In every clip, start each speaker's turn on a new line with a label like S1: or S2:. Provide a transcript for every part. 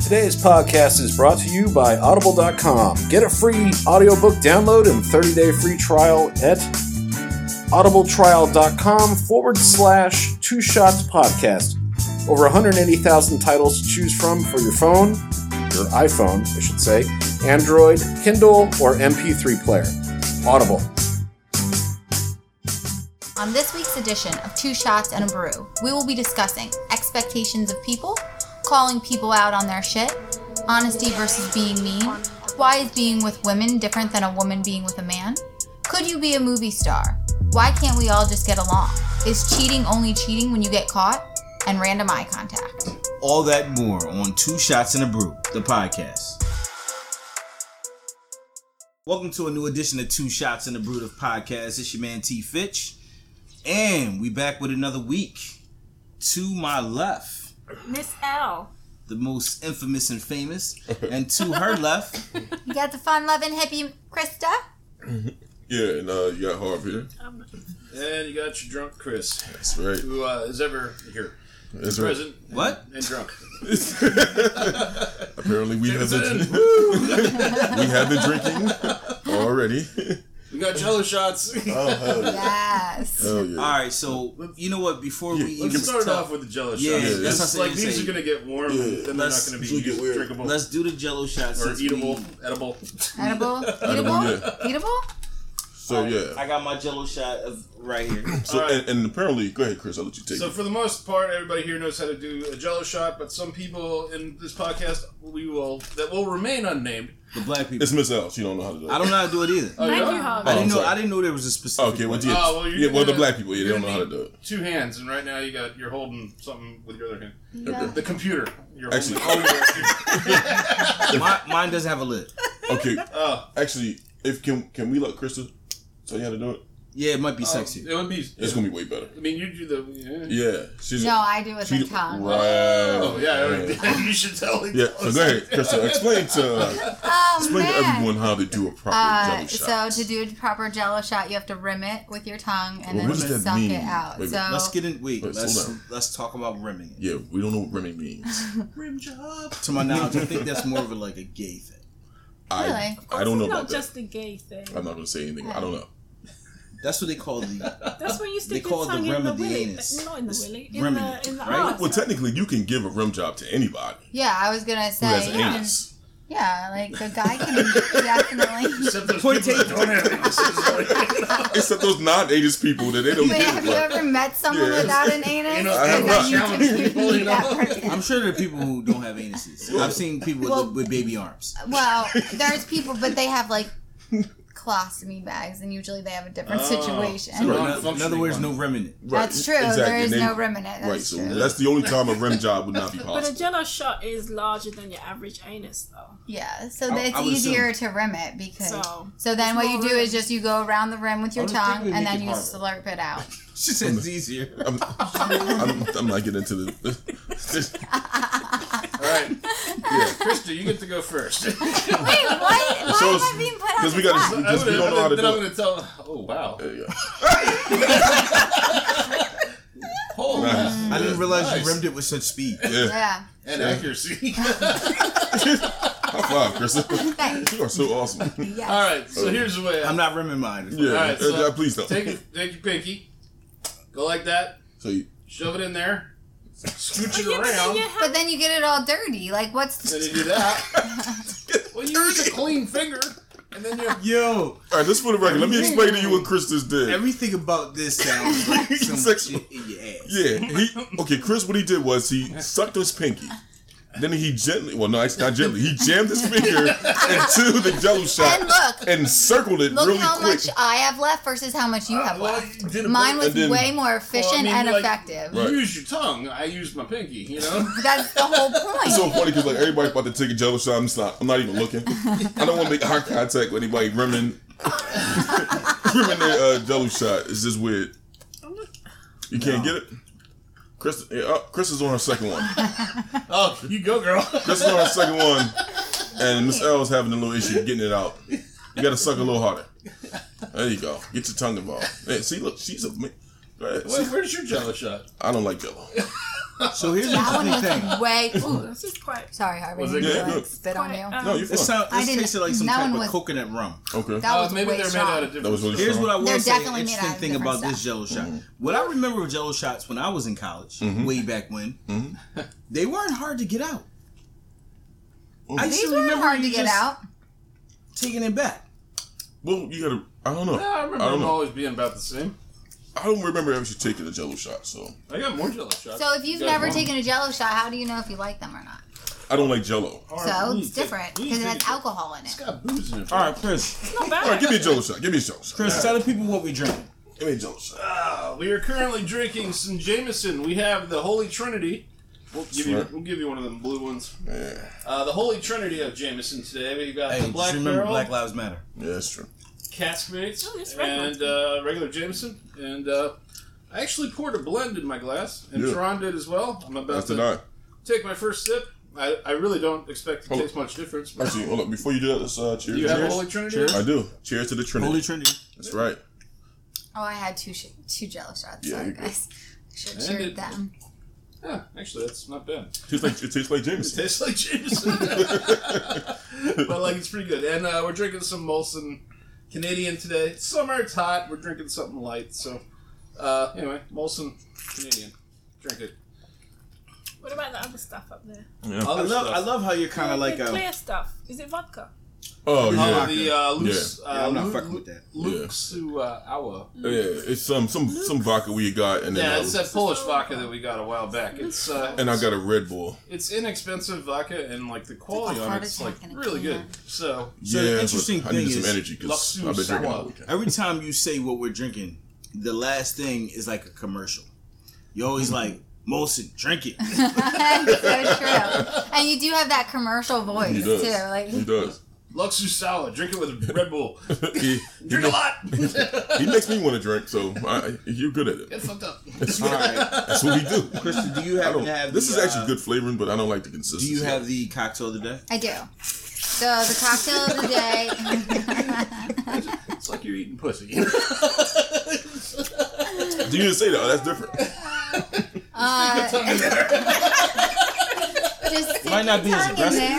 S1: Today's podcast is brought to you by Audible.com. Get a free audiobook download and 30 day free trial at audibletrial.com forward slash two shots podcast. Over 180,000 titles to choose from for your phone, your iPhone, I should say, Android, Kindle, or MP3 player. Audible.
S2: On this week's edition of Two Shots and a Brew, we will be discussing expectations of people, calling people out on their shit, honesty versus being mean, why is being with women different than a woman being with a man, could you be a movie star, why can't we all just get along, is cheating only cheating when you get caught, and random eye contact.
S3: All that more on Two Shots and a Brew, the podcast. Welcome to a new edition of Two Shots and a Brew, the podcast. It's your man T Fitch, and we back with another week. To my left,
S4: Miss L.
S3: the most infamous and famous, and to her left,
S2: You got the fun loving hippie Krista?
S5: Yeah, and uh, you got Harv here.
S6: And you got your drunk Chris,
S5: That's right.
S6: who uh, is ever here,
S5: That's right.
S6: present
S3: what?
S6: and drunk.
S5: Apparently, we have
S6: us
S5: the we have the drinking already.
S6: We got Jello shots.
S5: Oh hell yeah!
S2: Yes.
S5: Hell yeah.
S3: All right, so you know what? Before we
S5: Yeah,
S6: We
S3: even
S6: can start
S3: start-
S6: off with the Jello
S3: Yeah,
S6: shots.
S5: that's
S6: This is
S3: what I
S6: like
S3: was
S6: these
S3: saying.
S6: are gonna get warm,
S5: Yeah,
S6: and then they're not
S3: let's-
S6: gonna
S5: it's gonna
S6: be
S5: get
S6: used-
S5: weird.
S6: drinkable
S3: let's do the Jello shots
S6: or
S3: since we-
S6: eatable, edible.
S2: Edible?
S5: Edible,
S2: Eatable? Eatable?
S5: So
S3: I
S5: yeah.
S3: got my Jello shot of right here.
S5: So
S6: Alright.
S5: and, and apparently, go ahead, Chris. I'll let you take
S6: So
S5: it.
S6: for the most part, everybody here knows how to do a Jello shot, but some people in this podcast we will that will remain unnamed.
S3: The black people.
S5: It's Miss Al. She don't know how to do it.
S3: I don't know how to do it either.
S6: Oh,
S4: Thank
S6: yeah?
S4: you, Hov.
S3: I didn't know.
S5: sorry.
S3: I didn't know there was a specific.
S5: Okay,
S3: way.
S5: well, yeah,
S6: Oh, well, you're
S5: yeah, well, the
S6: gonna-
S5: black people, yeah, they
S6: you're
S5: don't know how
S6: gonna
S5: to do it.
S6: Two hands, and right now you got you're holding something with your other hand.
S5: Okay.
S6: The computer. You're
S5: Actually-
S6: holding the computer.
S3: My, mine doesn't have a lid.
S5: Okay,
S6: oh,
S5: actually, if can can we let Krista tell you how to do it?
S3: Yeah, it might
S2: Oh.
S3: be sexy.
S6: It would be.
S5: It's gonna be way better.
S6: I mean, you do the. Yeah.
S5: Yeah, she's
S2: No, I do with my
S5: she,
S2: tongue.
S5: Right.
S6: Oh yeah, yeah. you should tell.
S5: Yeah. So go ahead, Krista. Explain to
S2: Oh,
S5: explain to
S2: man.
S5: everyone how to do a proper
S2: Uh,
S5: jelly shot.
S2: so to do a proper jello shot, you have to rim it with your tongue and
S5: Well,
S2: then
S5: what does that
S2: suck
S5: mean?
S2: it out.
S5: Wait,
S2: so
S3: Let's get in. Wait,
S5: Wait, slow
S3: let's
S5: down.
S3: let's talk about rimming. It.
S5: Yeah, we don't know what Remy means.
S3: Rim job. To my knowledge, I think that's more of a, like a gay thing.
S5: I,
S2: Really?
S5: I don't know
S4: Not
S5: about
S4: just
S5: that.
S4: the gay thing.
S5: I'm not going to say anything. I don't know.
S3: That's what they call the.
S4: That's when you stick
S3: They call
S4: your
S3: it the
S4: tongue in
S3: rim
S4: the
S3: of the
S4: willy.
S3: anus.
S4: but Not in the
S3: It's
S4: willy. In
S3: rim
S4: the
S3: of it,
S4: in the
S3: right?
S4: arse.
S5: Well, technically, you can give a rim job to anybody
S2: yeah, I was gonna
S5: who has
S2: say,
S5: an
S2: yeah,
S5: anus.
S2: yeah, like a guy can definitely.
S6: Except those
S3: Point
S6: people that don't have it. This is like,
S5: Except those non-anus people that they don't
S2: But have
S5: give.
S2: you
S5: Like,
S2: ever met someone
S5: Yeah.
S2: without an anus?
S6: You know,
S5: I have
S2: And
S5: not.
S2: then you can
S6: Challenge people, you
S2: that
S6: know?
S2: person.
S3: I'm sure there are people who don't have anuses. I've seen people with,
S2: Well-
S3: with baby arms.
S2: Well, there's people, but they have like colostomy bags, and usually they have a different
S6: Oh,
S2: situation.
S6: so-
S3: In
S6: Right.
S3: other- in other words, no remnant.
S5: right,
S2: That's true. There is
S5: and
S2: no rim in it. That's
S5: right, so
S2: true.
S5: that's the only time a rim job would not be
S4: but a
S5: possible.
S4: jello shot is larger than your average anus, though.
S2: Yeah, so
S3: I-
S2: it's
S3: I would
S2: easier to rim it because. So,
S4: So,
S2: then
S4: it's
S2: what you
S4: more
S2: do
S4: rim.
S2: is just you go around the rim with your
S3: would think
S2: tongue
S3: we'd
S2: and
S3: make
S2: then
S3: it
S2: you
S3: harder.
S2: slurp it out.
S3: She said it's easier.
S5: I'm, I'm, I'm not getting into the.
S6: all right, Krista, you get to go first.
S2: Wait, what? Why
S5: So
S2: am
S5: it's-
S2: I being put on
S5: because
S2: the
S5: we gotta-
S2: spot?
S5: Because we don't know how to
S6: then
S5: do
S6: I'm
S5: it.
S6: gonna tell. Oh wow.
S5: There you go.
S6: Holy
S3: I didn't realize
S6: nice.
S3: you rimmed it with such speed.
S5: Yeah.
S2: Yeah.
S6: and accuracy.
S5: High five, Chris.
S2: Thanks.
S5: you are so awesome.
S2: Yes.
S6: all right, so here's the way.
S3: I'm not rimming mine.
S5: Yeah.
S6: All right,
S5: uh,
S6: so
S5: uh, please don't.
S6: Take take your pinky, go like that,
S5: So you,
S6: shove it in there, scooch it
S4: Yeah, but then
S6: around.
S4: you
S2: But
S4: have
S2: then you get it all dirty. Like, what's
S6: Then you
S2: the.
S6: do that. Well, you use a clean finger, and then you.
S3: Yo,
S5: all right, just for the record, let me explain to you what Chris just did.
S3: everything about this sounds like some
S5: Sexual.
S3: shit in your ass.
S5: Yeah, he okay. Chris, what he did was he sucked his pinky. Then he gently, well, no, actually not gently. He jammed his finger into the jello shot
S2: And look.
S5: and circled it
S2: Look
S5: really
S2: how
S5: quick.
S2: much I have left versus how much you have
S6: well,
S2: left.
S6: you did it
S2: Mine
S6: both.
S2: was
S5: And then-
S2: way more efficient
S6: Well, I mean,
S2: and
S6: like-
S2: effective.
S5: Right.
S6: You use your tongue. I use my pinky. You know.
S2: That's the whole point.
S5: It's so funny because like everybody's about to take a jello shot. I'm just not. I'm not even looking. I don't want to make eye contact with anybody rimming, rimming their uh, jello shot. It's just weird. You can't get it. Chris, yeah, uh, Chris is on her second one.
S6: Oh, you go, girl.
S5: Chris is on her second one, and Miss L is having a little issue getting it out. You got to suck a little harder. There you go. Get your tongue involved. Hey, see, look, she's a. ma- Go ahead. See,
S6: Wait, where's your jello shot?
S5: I don't like Jello.
S3: So here's
S2: That one
S3: the thing.
S2: was way. Ooh,
S4: This is quite.
S2: sorry, Harvey.
S6: Was
S2: I
S6: it
S2: didn't mean
S5: good?
S2: to,
S5: Yeah,
S2: like, spit on
S4: quite,
S2: you.
S4: um,
S5: No, you're
S3: It
S5: fine.
S3: sound.
S2: I
S3: It
S2: didn't-
S3: tasted like some
S2: that
S3: type
S2: one
S3: of
S2: was-
S3: coconut rum.
S5: Okay.
S2: That
S6: Uh,
S2: was
S6: maybe
S2: way
S6: they're made
S2: strong.
S6: out of different.
S5: That was really
S6: stuff.
S5: strong.
S3: Here's what I will
S2: They're
S3: say.
S2: definitely made
S3: Interesting
S2: out of
S3: thing
S2: different
S3: about this
S2: stuff.
S3: jello shot. What I remember with jello shots when I was in college, way back when, they weren't hard to get out. I used
S2: These
S3: to
S2: were
S3: remember
S2: hard
S3: you
S2: to get
S3: just
S2: out.
S3: Taking it back.
S5: Well, you gotta. I don't know.
S6: Yeah, I
S5: I,
S6: remember
S3: Um,
S5: don't
S6: them
S5: know.
S6: always being about the same.
S5: I don't remember ever taking a Jello shot, so
S6: I got more jello shots.
S2: So if you've
S6: You got
S2: never
S6: more?
S2: taken a Jello shot, how do you know if you like them or not?
S5: I don't like Jello. All
S2: So
S6: we
S2: it's
S6: need to-
S2: different
S6: we need
S2: because it
S6: to
S2: has
S6: get-
S2: alcohol in it.
S6: It's got booze in it.
S3: All right, Chris.
S4: Not bad.
S5: right, give me a Jello shot. Give me a Jello shot.
S3: Chris, tell the people what we drink.
S5: Give me a Jello shot.
S6: Ah, we are currently drinking some Jameson. We have the Holy Trinity. We'll give you,
S5: Smart.
S6: we'll give you one of them blue ones.
S5: Yeah,
S6: Uh, the Holy Trinity of Jameson today. We got
S3: Hey,
S6: the Black
S3: just remember
S6: Barrel,
S3: Black Lives Matter.
S5: yeah, that's true.
S6: Cask Mates,
S4: Oh, it's regular.
S6: and uh, regular Jameson. And uh, I actually poured a blend in my glass, and
S5: Yeah.
S6: Tron did as well. I'm about
S5: That's
S6: to
S5: the nine.
S6: take my first sip. I, I really don't expect to
S5: Hold
S6: taste
S5: on.
S6: much difference. But
S5: Actually, hold up. Before you do that, let's uh, cheers.
S6: do you have a
S5: Cheers.
S6: Holy Trinity?
S3: Cheers.
S5: I do. Cheers to the Trinity.
S3: Holy Trinity.
S5: that's right.
S2: Oh, I had two sh- two Jello shots.
S5: Yeah,
S2: Sorry,
S5: you're good.
S2: guys. Should have
S6: And
S2: cheered
S6: it-
S2: them.
S6: Yeah, actually, that's not bad.
S5: Tastes like it tastes like
S6: It
S5: Jameson.
S6: tastes like Jameson. but, like, it's pretty good. And uh, we're drinking some Molson Canadian today. Summer, it's hot. We're drinking something light. So, uh, anyway, Molson Canadian. Drink it.
S4: What about the other stuff up there?
S3: I
S6: Other
S3: love.
S6: stuff.
S3: I love how you're kind of like um, uh,
S4: the
S3: a.
S4: clear stuff. Is it vodka?
S5: Oh
S6: Oh,
S5: yeah,
S6: the uh, loose.
S3: Yeah,
S6: uh,
S3: I'm not
S6: Lu-
S3: fucking with that.
S6: Lu-
S5: Yeah.
S6: Luxu uh, Awa.
S5: Oh, yeah. It's some some some vodka we got, and then
S6: Yeah,
S5: I was-
S6: it's that Polish vodka that we got a while back. It's uh,
S5: and I got a Red Bull.
S6: it's inexpensive vodka, and like the quality
S2: a
S6: on
S2: heart
S6: it's
S2: attack
S6: like
S2: in a
S6: really good.
S2: can.
S6: So
S3: So the
S5: yeah, but
S3: interesting
S5: I
S3: thing
S5: needed
S3: is-
S5: some energy because
S6: Luxu
S5: I've been drinking all
S6: Sour.
S5: weekend.
S3: Every time you say what we're drinking, the last thing is like a commercial. You're always like Molson, drink it.
S2: That's so true. And you do have that commercial voice
S5: He
S2: too.
S5: does.
S2: Like
S5: he does.
S6: Luxu sour, drink it with a Red Bull.
S5: he, he,
S6: Drink a
S5: makes,
S6: lot.
S5: he makes me want to drink, so I, you're good at
S6: Get
S5: it.
S6: fucked up.
S3: All right,
S5: That's what we do.
S3: Kristen, do you
S5: I
S3: happen
S5: don't,
S3: to have?
S5: this
S3: the,
S5: is actually
S3: uh,
S5: good flavoring, but I don't like the consistency.
S3: Do you have the cocktail of the day?
S2: I do. So the cocktail of the day.
S6: It's like you're eating pussy.
S5: Do you say that? Oh, that's different.
S2: uh, just stick
S3: Might not
S2: your
S3: be as
S2: tongue in there.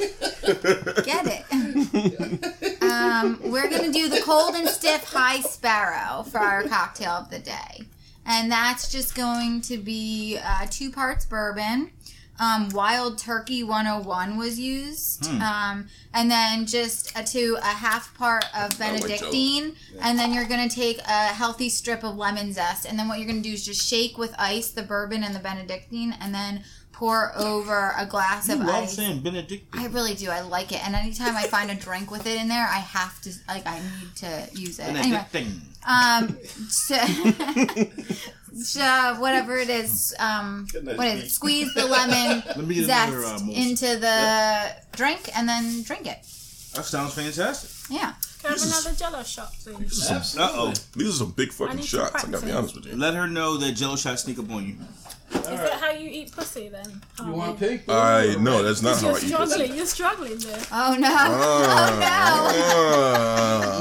S2: you know. Get it. Um, we're gonna do the cold and stiff high sparrow for our cocktail of the day, and that's just going to be uh, two parts bourbon. Um, Wild Turkey 101 was used,
S3: Hmm.
S2: um, and then just a, to a half part of
S5: like Jello.
S2: Benedictine, and then you're gonna take a healthy strip of lemon zest, and then what you're gonna do is just shake with ice the bourbon and the Benedictine, and then pour over a glass
S3: You
S2: of
S3: love
S2: ice.
S3: saying Benedict.
S2: I really do. I like it, and anytime I find a drink with it in there, I have to like I need to use it. Anyway,
S3: Benedictine.
S2: um, so, so whatever it is, um,
S6: Goodness
S2: what is
S6: me.
S2: it? Squeeze the lemon
S3: Let me get
S2: zest
S3: another, uh, Molson.
S2: into the drink and then drink it.
S3: That sounds fantastic.
S2: Yeah.
S4: Can I have
S5: This is-
S4: another jello shot, please?
S6: Absolutely.
S3: Uh oh.
S5: These are some big fucking
S4: I need to
S5: shots. I gotta be
S4: practice.
S5: honest with you.
S3: Let her know that Jello shots sneak up on you.
S4: Is that how you eat pussy then?
S6: You
S4: Harvey?
S6: want pink?
S5: I no, that's not how
S4: You're
S5: I eat. this.
S4: struggling. You're struggling there.
S2: Oh no. oh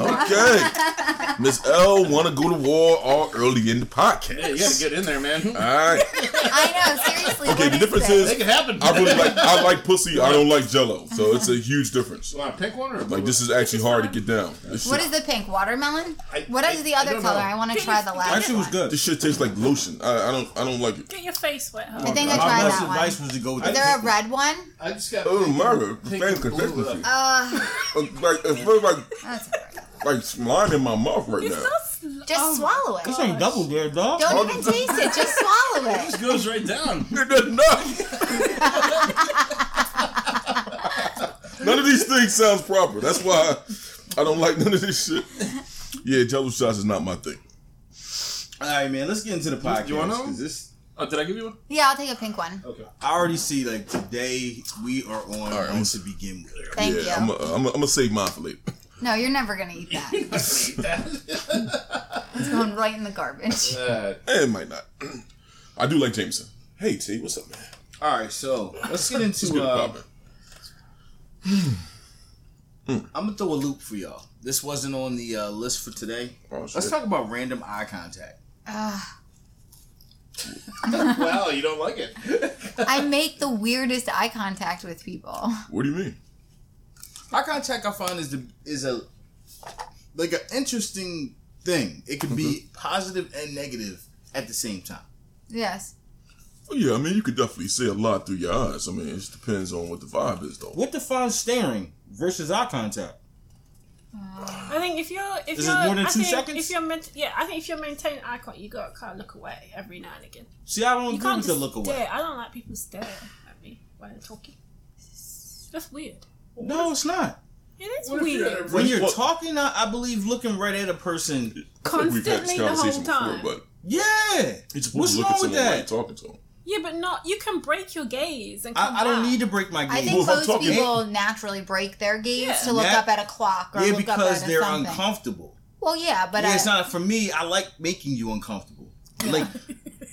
S5: Ah, Oh, okay. Miss L wanna go to war all early in the
S6: Yeah, you
S5: podcast.
S6: gotta get in there, man.
S5: Alright.
S2: no. I know. Seriously.
S5: Okay,
S2: what
S5: the difference
S2: this?
S5: is
S6: Make it happen.
S5: I really like I like pussy, I don't like jello. So it's a huge difference.
S6: You want a pink one or a blue
S5: Like this is actually hard to get down. This
S2: What
S5: shit,
S2: is the pink watermelon?
S6: I-
S2: what is
S6: I-
S2: the
S6: I
S2: other
S6: don't
S2: color?
S6: know.
S2: I want to try the last.
S3: Actually, it was
S2: one.
S3: good.
S5: this shit tastes like lotion. I, I don't I don't like it.
S4: Get your face wet,
S2: I
S4: Harvey.
S2: think I
S3: My
S2: tried
S3: best
S2: that one.
S3: advice was to go with
S2: Is
S3: that.
S2: there a red one?
S6: I just got.
S5: Oh
S6: pink
S5: Mara,
S6: and- pink
S5: fan
S6: and blue.
S5: consistency.
S2: Uh,
S5: Uh, Like it feels like
S2: that's all right.
S5: like slime in my mouth right now.
S2: Just swallow it.
S3: This ain't double dare, dog.
S2: Don't even taste it. Just swallow it.
S6: It goes right down.
S5: It does not. none of these things sounds proper. That's why I, I don't like none of this shit. Yeah, jello shots is not my thing.
S3: All right, man. Let's get into the podcast.
S6: Do you wanna know?
S3: 'cause this-
S6: Oh, did I give you one?
S2: Yeah, I'll take a pink one.
S6: Okay.
S3: I already see like today we are on
S5: right,
S3: one to begin with.
S2: Thank
S5: yeah,
S2: you.
S5: I'm gonna I'm I'm save mine for later.
S2: No, you're never gonna eat that.
S6: I hate that.
S2: It's going right in the garbage.
S6: Uh,
S5: Eh, It might not. I do like Jameson. Hey T, what's up, man?
S3: All right, so let's get
S5: It's
S3: into.
S5: good
S3: Uh,
S5: poppin'.
S3: I'm gonna throw a loop for y'all. This wasn't on the uh, list for today.
S5: Oh, shit.
S3: Let's talk about random eye contact.
S2: Ugh.
S6: wow, you don't like it.
S2: I make the weirdest eye contact with people.
S5: What do you mean?
S3: Eye contact I find is the is a like an interesting thing. It can be positive and negative at the same time.
S2: Yes.
S5: Well, Oh, yeah, I mean, you could definitely see a lot through your eyes. I mean, it just depends on what the vibe is, though.
S3: What defines staring versus eye contact?
S4: I think if you're if
S3: Is it
S4: you're
S3: more than
S4: I
S3: two
S4: think
S3: seconds?
S4: if you're meant yeah, I think if you're maintaining eye contact, you gotta kind of look away every now and again.
S3: See, I don't
S4: You
S3: agree
S4: can't
S3: with the
S4: just
S3: look away.
S4: stare. I don't like people staring at me when I'm talking. That's weird.
S3: No, it's not.
S4: It is
S6: What if you're at a
S4: weird.
S3: When you're
S5: Well-
S3: talking, I, I believe looking right at a person.
S4: Constantly the whole time.
S5: but
S3: Yeah,
S5: it's
S3: what's
S5: look at
S3: wrong with
S5: someone while you're
S3: that?
S5: talking to them.
S4: Yeah, but not. You can break your gaze and. Come
S3: I, I don't
S4: back.
S3: need to break my
S2: I
S3: gaze.
S2: think
S5: Well, if I'm
S2: most
S5: talking-
S2: people naturally break their gaze
S4: Yeah.
S2: to look
S3: Yeah.
S2: up at a clock or
S3: yeah,
S2: look up at
S3: because
S2: a
S3: they're
S2: something.
S3: uncomfortable.
S2: well, yeah, but
S3: yeah,
S2: I,
S3: it's not for me. I like making you uncomfortable. Like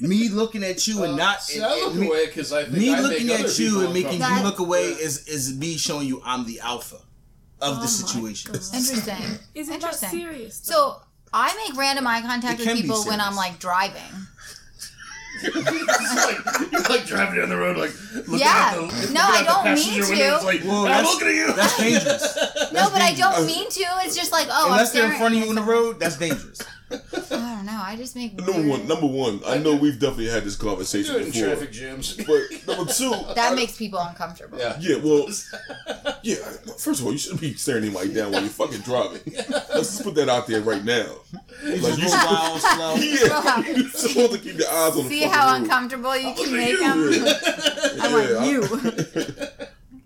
S3: me looking at you and not
S6: See,
S3: and-
S6: I
S3: and
S6: look
S3: me-
S6: away because I think
S3: me
S6: I make
S3: looking
S6: other
S3: at you
S6: people
S3: and making you
S2: uncomfortable.
S3: look away
S6: Yeah.
S3: is is me showing you I'm the alpha
S2: Oh
S3: of the situation.
S2: interesting.
S4: Is it that
S2: Interesting.
S4: serious? though?
S2: So I make random eye contact
S3: It
S2: with
S3: can be
S2: people when
S3: serious.
S2: I'm like driving.
S6: It's like, you're like driving down the road, like looking
S2: Yeah.
S6: out the, looking
S2: No,
S6: out
S2: I
S6: the
S2: don't
S6: passenger
S2: mean
S6: window,
S2: to.
S6: It's like,
S3: Whoa,
S6: I'm
S3: that's-
S6: looking at you.
S3: That's dangerous.
S2: no, but I
S3: dangerous.
S2: don't mean to. It's just like oh,
S3: Unless
S2: I'm
S3: they're in
S2: staring
S3: front of
S2: at
S3: you on the road, that's dangerous.
S2: something. I don't know. I just make
S5: Number
S2: weird-
S5: one, number one, I know we've definitely had this conversation
S6: Do it in
S5: before,
S6: traffic jams.
S5: but number two,
S2: that
S5: I-
S2: makes people uncomfortable.
S6: Yeah.
S5: Yeah, well, yeah. First of all, you shouldn't be staring anybody down while you're fucking driving. Let's just put that out there right now. Like
S3: Go
S5: you,
S3: wild, slow.
S5: yeah, you're supposed to keep your eyes on the
S2: See
S5: fucking
S2: how
S5: road.
S2: uncomfortable you can make
S5: you.
S2: them. I want
S5: Yeah, I-
S2: you.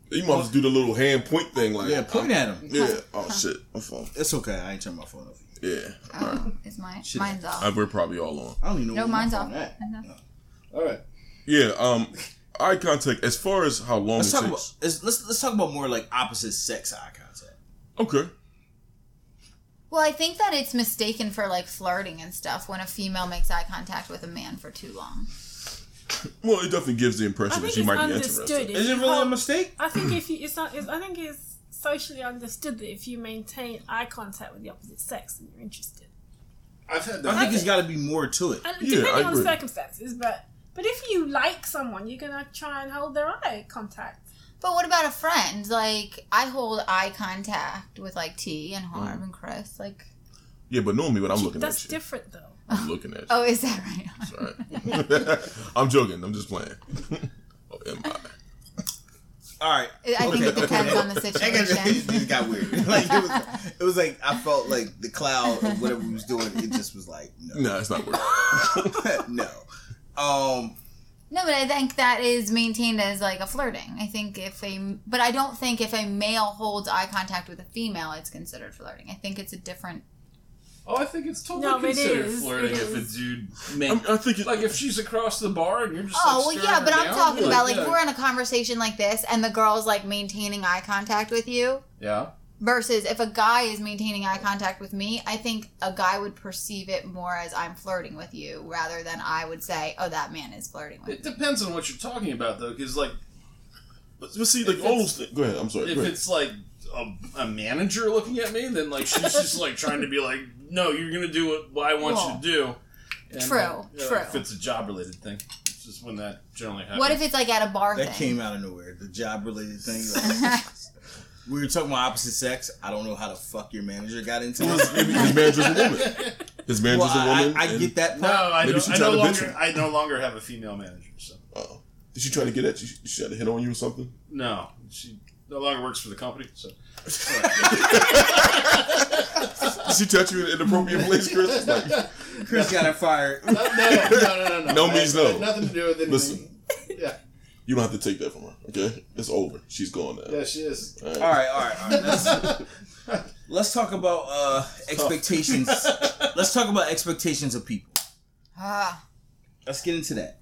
S5: You might just do the little hand point thing, like
S3: Yeah, point at him.
S5: Yeah. Oh shit, my phone.
S3: It's okay. I ain't turning my phone off.
S5: Yeah,
S2: Oh, is mine? Mine's off.
S5: Uh, we're probably all on.
S3: I don't even know.
S2: no,
S3: where my
S2: mine's
S3: phone
S2: off. Uh-huh.
S3: at.
S2: Mine's off.
S6: All right.
S5: Yeah. Um, eye contact. As far as how long
S3: Let's
S5: it
S3: talk
S5: takes.
S3: about let's, let's let's talk about more like opposite sex eye contact.
S5: okay.
S2: Well, I think that it's mistaken for like flirting and stuff when a female makes eye contact with a man for too long.
S5: Well, it definitely gives the
S4: I
S5: impression that
S4: think
S5: she
S4: it's
S5: might be
S4: understood.
S5: interested.
S4: if
S3: Is it
S4: you
S3: really a
S4: hold-
S3: mistake?
S4: I think if you, it's not, it's, I think it's socially understood that if you maintain eye contact with the opposite sex, then you're interested.
S6: I've had that.
S3: I think it's got to be more to it.
S4: And Uh,
S5: Yeah, I
S4: depending on the
S5: agree.
S4: circumstances, but but if you like someone, you're gonna try and hold their eye contact.
S2: But what about a friend? Like I hold eye contact with like T and Harv and Chris. Like
S5: Yeah, but normally when I'm looking at
S4: That's
S5: you,
S4: different though.
S5: I'm looking at you.
S2: oh, is that right?
S5: All right. I'm joking. I'm just playing. oh, am I?
S3: All right.
S2: I think it depends on the
S3: I guess it
S2: situation.
S3: just got weird. Like it was, it was like I felt like the cloud of whatever we was doing. It just was like no,
S5: No, it's not working.
S3: no. Um,
S2: No, but I think that is maintained as like a flirting. I think if a but I don't think if a male holds eye contact with a female, it's considered flirting. I think it's a different.
S6: Oh, I think it's totally
S4: No, it
S6: considered
S4: is.
S6: flirting
S4: It
S6: if
S4: is.
S6: a dude
S5: I, mean, I think it,
S6: like if she's across the bar and you're just
S2: Oh
S6: like,
S2: well,
S6: staring
S2: yeah, but
S6: her
S2: I'm
S6: down,
S2: talking
S6: you're
S2: about like
S6: yeah.
S2: we're in a conversation like this, and the girl's like maintaining eye contact with you.
S6: yeah.
S2: Versus if a guy is maintaining eye contact with me, I think a guy would perceive it more as I'm flirting with you rather than I would say, oh, that man is flirting with
S6: It
S2: me.
S6: depends on what you're talking about though, because like
S5: but, but see, like all those things. Go ahead. I'm sorry.
S6: if
S5: Go ahead.
S6: it's like a, a manager looking at me, then like she's just like trying to be like, no, you're gonna do what, what I want you
S2: Well,
S6: to do. And,
S2: true,
S6: uh, you know,
S2: true.
S6: If it's a job related thing, it's just when that generally happens.
S2: What if it's like at a bar
S3: that
S2: thing?
S3: came out of nowhere. The job related thing. like, we were talking about opposite sex. I don't know how the fuck your manager got into
S5: Because
S3: this.
S5: maybe his manager's a woman. His
S3: Well,
S5: manager's a
S3: I,
S5: woman.
S3: I, I
S5: and-
S3: get that.
S6: no,
S3: Part.
S6: I,
S5: Maybe
S6: don't,
S5: she
S6: I
S5: tried
S6: no
S5: to
S6: longer
S5: bitch
S6: I no longer have a female manager. So
S5: Uh-oh. uh, Did she try to get at you? She had a hit on you or something?
S6: no, she no longer works for the company. So
S5: Did she touch you in an inappropriate place, Chris? Like,
S3: Chris got her fired.
S6: no, no, no, no, no.
S5: No means
S6: It had
S5: no.
S6: Nothing to do with anything.
S5: Listen.
S6: Yeah,
S5: you don't have to take that from her. Okay, it's over. She's gone now.
S6: yeah, she is.
S5: All right.
S3: All right, all right, all right. Let's, let's talk about uh, expectations. let's talk about expectations of people.
S2: Ah,
S3: Let's get into that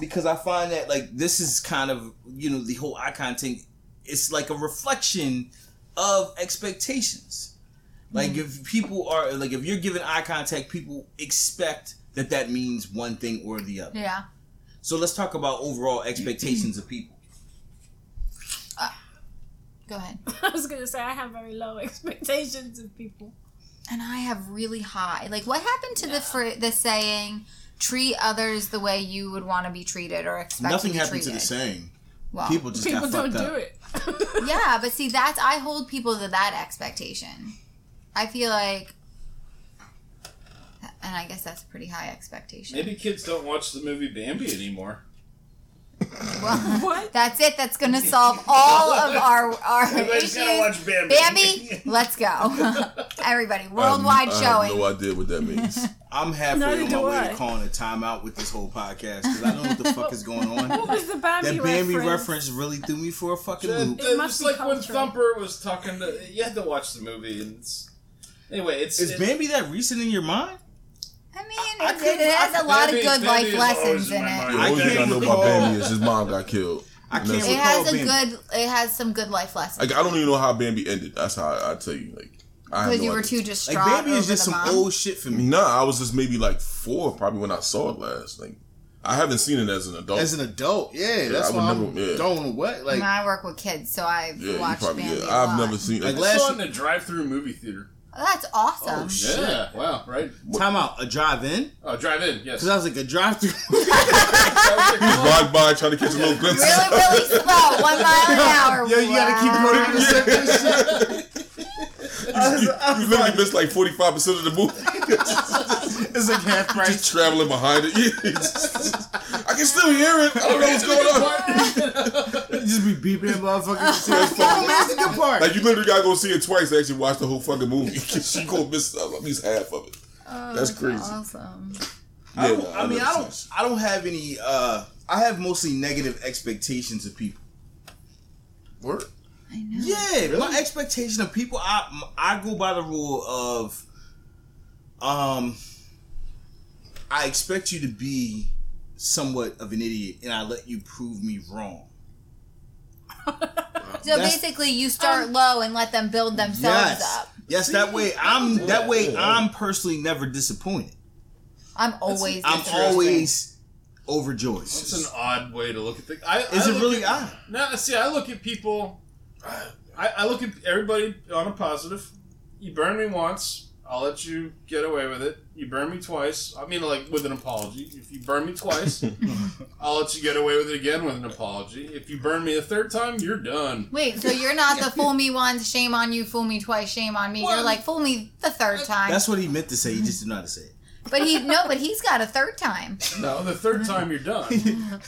S3: because I find that like this is kind of you know the whole eye contact. It's like a reflection of expectations. Like
S4: Mm-hmm.
S3: if people are like if you're giving eye contact, people expect that that means one thing or the other.
S2: yeah.
S3: So let's talk about overall expectations of people.
S2: Go ahead.
S4: I was gonna say I have very low expectations of people.
S2: And I have really high. Like, what happened to the fr- the saying, treat others the way you would want to be treated or expect
S3: Nothing
S2: to be
S3: happened
S2: treated.
S3: to the saying.
S2: Well,
S3: People just
S4: People
S3: got
S4: don't
S3: fucked up.
S4: do it.
S2: yeah, but see, that's I hold people to that expectation. I feel like, and I guess that's a pretty high expectation.
S6: Maybe kids don't watch the movie Bambi anymore.
S2: Well,
S4: What?
S2: that's it. That's gonna solve all of our our
S6: Everybody's
S2: issues.
S6: gotta watch Bambi.
S2: Bambi, let's go, everybody! Worldwide
S5: I have, I have
S2: showing.
S5: no idea what that means.
S3: I'm halfway
S4: Neither
S3: on
S4: do
S3: my way
S4: I.
S3: to calling a timeout with this whole podcast because I don't know what the fuck is going on.
S4: What was the
S3: that
S4: Bambi,
S3: Bambi
S4: reference?
S3: reference really threw me for a fucking
S6: It,
S3: loop.
S4: It must
S6: was
S4: be
S6: like when
S4: cultural.
S6: Thumper was talking to. You had to watch the movie, and it's, anyway, it's
S3: Is
S6: it-
S3: Bambi that recent in your mind?
S2: I mean,
S3: I
S2: it,
S3: could-
S2: it has a
S3: I-
S2: lot of
S6: Bambi-
S2: good
S6: Bambi
S2: life
S6: is
S2: lessons
S6: always
S2: in
S6: my
S2: it.
S6: mind.
S5: The
S3: I
S5: only thing I
S3: can't
S5: know about
S3: recall.
S5: Bambi is his mom got killed.
S3: I
S5: And
S3: can't
S5: that's-
S2: It
S3: recall.
S2: has a
S3: Bambi.
S2: good. It has some good life lessons
S5: Like I don't even know how Bambi ended. That's how I, I tell you. Like I have
S2: because
S5: no
S2: you were
S5: idea.
S2: too distraught.
S3: Like Bambi is
S2: over
S3: just
S2: the
S3: some
S2: mom.
S3: old shit for me.
S5: Nah, I was just maybe like four probably when I saw it last. Like I haven't seen it as an adult.
S7: As an adult, yeah, that's
S5: I would
S7: why I'm
S5: never- yeah.
S7: going what
S2: And
S7: like
S2: I work with kids, so I've
S5: yeah, you
S2: watched
S5: probably
S2: Bambi.
S5: yeah.
S2: a
S5: I've
S2: lot.
S5: never seen
S3: Like,
S5: it.
S6: I
S3: last-
S6: saw it in a drive-through movie theater.
S2: That's awesome.
S3: Oh, shit.
S6: Yeah, wow, right?
S3: Time out. A drive in?
S6: Oh, drive-in, yes.
S7: because I was like a drive through.
S5: Walk by trying to catch a little glimpse.
S2: Really, really slow. One mile an hour.
S7: Yo, you gotta keep
S2: Wow.
S7: running in the second shit.
S5: you literally missed like forty five percent of the movie.
S7: It's like half price.
S5: just traveling behind it. Yeah, it's- I can still hear it. I don't know what's going on.
S7: Just be beeping that motherfucker. Oh, that's the good part.
S5: Like you literally gotta go see it twice to actually watch the whole fucking movie. 'Cause she gonna miss uh, at least half of it.
S2: Oh,
S5: That's crazy.
S2: Awesome.
S5: Yeah,
S3: I, don't-
S5: nah,
S3: I mean,
S5: never
S3: I don't.
S5: seen
S3: I don't have any. uh I have mostly negative expectations of people.
S7: Word.
S2: I know.
S3: Yeah, my expectation of people. I I go by the rule of, um, I expect you to be somewhat of an idiot, and I let you prove me wrong.
S2: So
S3: That's-
S2: basically, you start low and let them build themselves
S3: yes,
S2: up.
S3: yes. That way, I'm that way. I'm personally never disappointed.
S2: I'm always.
S3: I'm
S2: disappointed.
S3: always overjoyed.
S6: It's an odd way to look at things. I,
S3: Is
S6: I
S3: it
S6: look
S3: really
S6: At,
S3: odd?
S6: no, see, I look at people. I, I look at everybody on a positive. You burn me once, I'll let you get away with it. You burn me twice. I mean, like with an apology. If you burn me twice, I'll let you get away with it again with an apology. If you burn me a third time, you're done.
S2: Wait, so you're not the fool me once, shame on you, fool me twice, shame on me. You're
S6: Well,
S2: like fool me the third time.
S3: That's what he meant to say. He just did not say it.
S2: But he no, but he's got a third time.
S6: No, the third time you're done.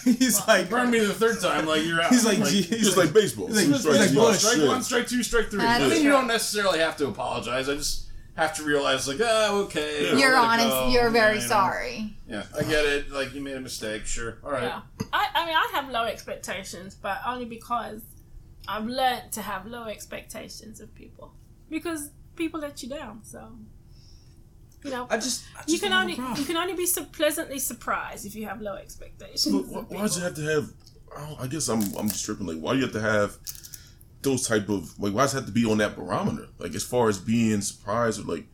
S7: He's like,
S6: burn me the third time, like you're out.
S7: he's like,
S6: like
S7: gee, he's
S5: It's
S7: like,
S5: like baseball.
S7: It's like-
S5: Two
S7: it's
S5: strikes,
S7: like
S5: you out.
S7: Bush.
S6: Strike
S5: Shit.
S6: one, strike two, strike three.
S2: That's
S6: I mean, you
S2: right.
S6: don't necessarily have to apologize. I just have to realize, like, oh, okay. I'll
S2: You're
S6: let it
S2: honest.
S6: go.
S2: You're very
S6: Yeah, you know.
S2: sorry.
S6: Yeah, I get it. Like, you made a mistake. Sure. All right.
S4: Yeah. I, I mean, I have low expectations, but only because I've learnt to have low expectations of people because people let you down. So you know,
S3: I just. I just
S4: you can
S3: don't have a
S4: only
S3: problem.
S4: you can only be so pleasantly surprised if you have low expectations.
S5: But
S4: of
S5: why,
S4: people.
S5: why do you have to have? I, don't, I guess I'm I'm stripping. Like, why do you have to have those type of like? Why does it have to be on that barometer? Like, as far as being surprised or like,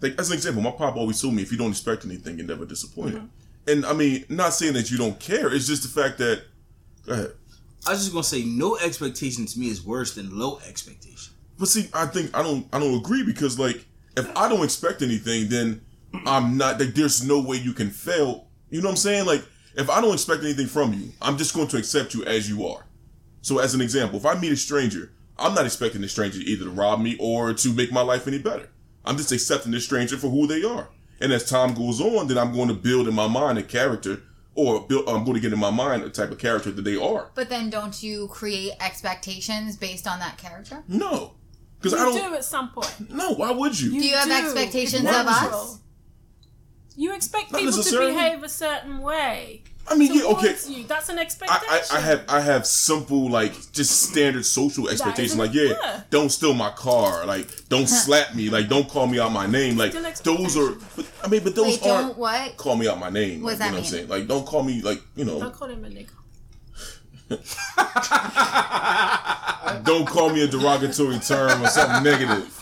S5: like as an example, my pop always told me if you don't expect anything, you're never disappointed. And I mean, not saying that you don't care. It's just the fact that. Go ahead.
S3: I was just gonna say, no expectation to me is worse than low expectation.
S5: But see, I think I don't I don't agree because like if I don't expect anything, then I'm not like there's no way you can fail. You know what I'm saying? Like if I don't expect anything from you, I'm just going to accept you as you are. So as an example, if I meet a stranger, I'm not expecting the stranger to either to rob me or to make my life any better. I'm just accepting the stranger for who they are. And as time goes on, then I'm going to build in my mind a character or build, I'm going to get in my mind a type of character that they are.
S2: But then don't you create expectations based on that character?
S5: No. Because
S4: You
S5: I don't
S4: do at some point.
S5: No, why would you?
S2: Do you have
S4: do.
S2: expectations
S4: It's
S5: of us?
S4: natural. You expect
S5: Not
S4: people to
S5: necessarily.
S4: behave a certain way
S5: I mean, yeah, okay.
S4: towards you. That's an expectation.
S5: I, I, I have I have simple like just standard social expectations like yeah,
S4: yeah.
S5: don't steal my car like don't slap me like don't call me out my name like
S4: Still
S5: those are but, I mean but those
S2: Wait, don't
S5: aren't
S2: what?
S5: call me out my name
S2: What does
S5: like, you know
S2: that
S5: what I'm
S2: mean?
S5: saying like don't call me like you know
S4: Don't call him a nigger.
S5: don't call me a derogatory term or something negative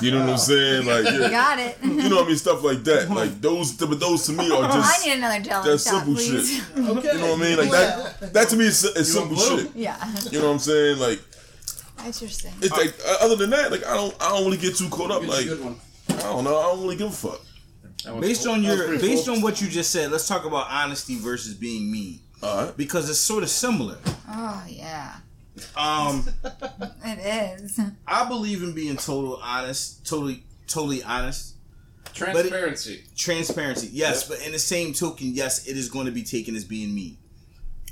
S5: you know what I'm saying like yeah.
S2: Got it.
S5: you know what I mean stuff like that like those but those to me are
S2: I
S5: just
S2: need another jelly
S5: that's
S2: shot,
S5: simple
S2: please.
S5: shit you know what I mean like that that to me is, is
S6: You want
S5: simple
S6: blue?
S5: shit
S2: Yeah,
S5: you know what I'm saying like
S2: interesting.
S5: It's like uh, other than that, like I don't I don't really get too caught up.
S6: It's a
S5: Like
S6: good one.
S5: I don't know, I don't really give a fuck.
S6: That was
S3: Based
S6: cool.
S3: on
S6: That was
S3: your
S6: pretty
S3: based
S6: cool.
S3: on what you just said, let's talk about honesty versus being mean
S5: All right.
S3: because it's sort of similar.
S2: Oh yeah,
S3: Um,
S2: it is.
S3: I believe in being total honest, totally totally honest,
S6: transparency.
S3: transparency. Yes, but in the same token, yes, it is going to be taken as being mean.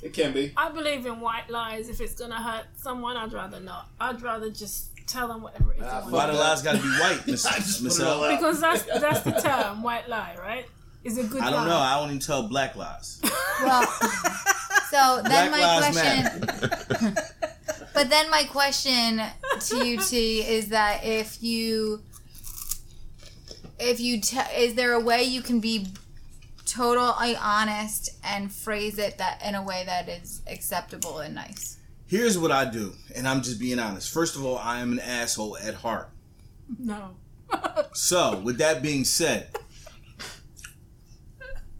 S6: It, can be.
S4: I believe in white lies. If it's gonna hurt someone, I'd rather not. I'd rather just tell them whatever it is.
S6: Ah,
S4: they
S6: fuck
S3: Why
S4: want.
S3: the lies got to be white, Miss
S6: I just
S3: Miss
S6: put it
S3: L?
S6: all out.
S4: because that's that's the term white lie, right? Is a good.
S3: I don't
S4: lie.
S3: know. I don't even tell black lies.
S2: Well, so then
S3: Black
S2: my
S3: lives
S2: question, but then my question to you T is that if you, if you, t- is there a way you can be totally honest and phrase it that in a way that is acceptable and nice?
S3: Here's what I do, and I'm just being honest. First of all, I am an asshole at heart.
S4: No.
S3: So, with that being said,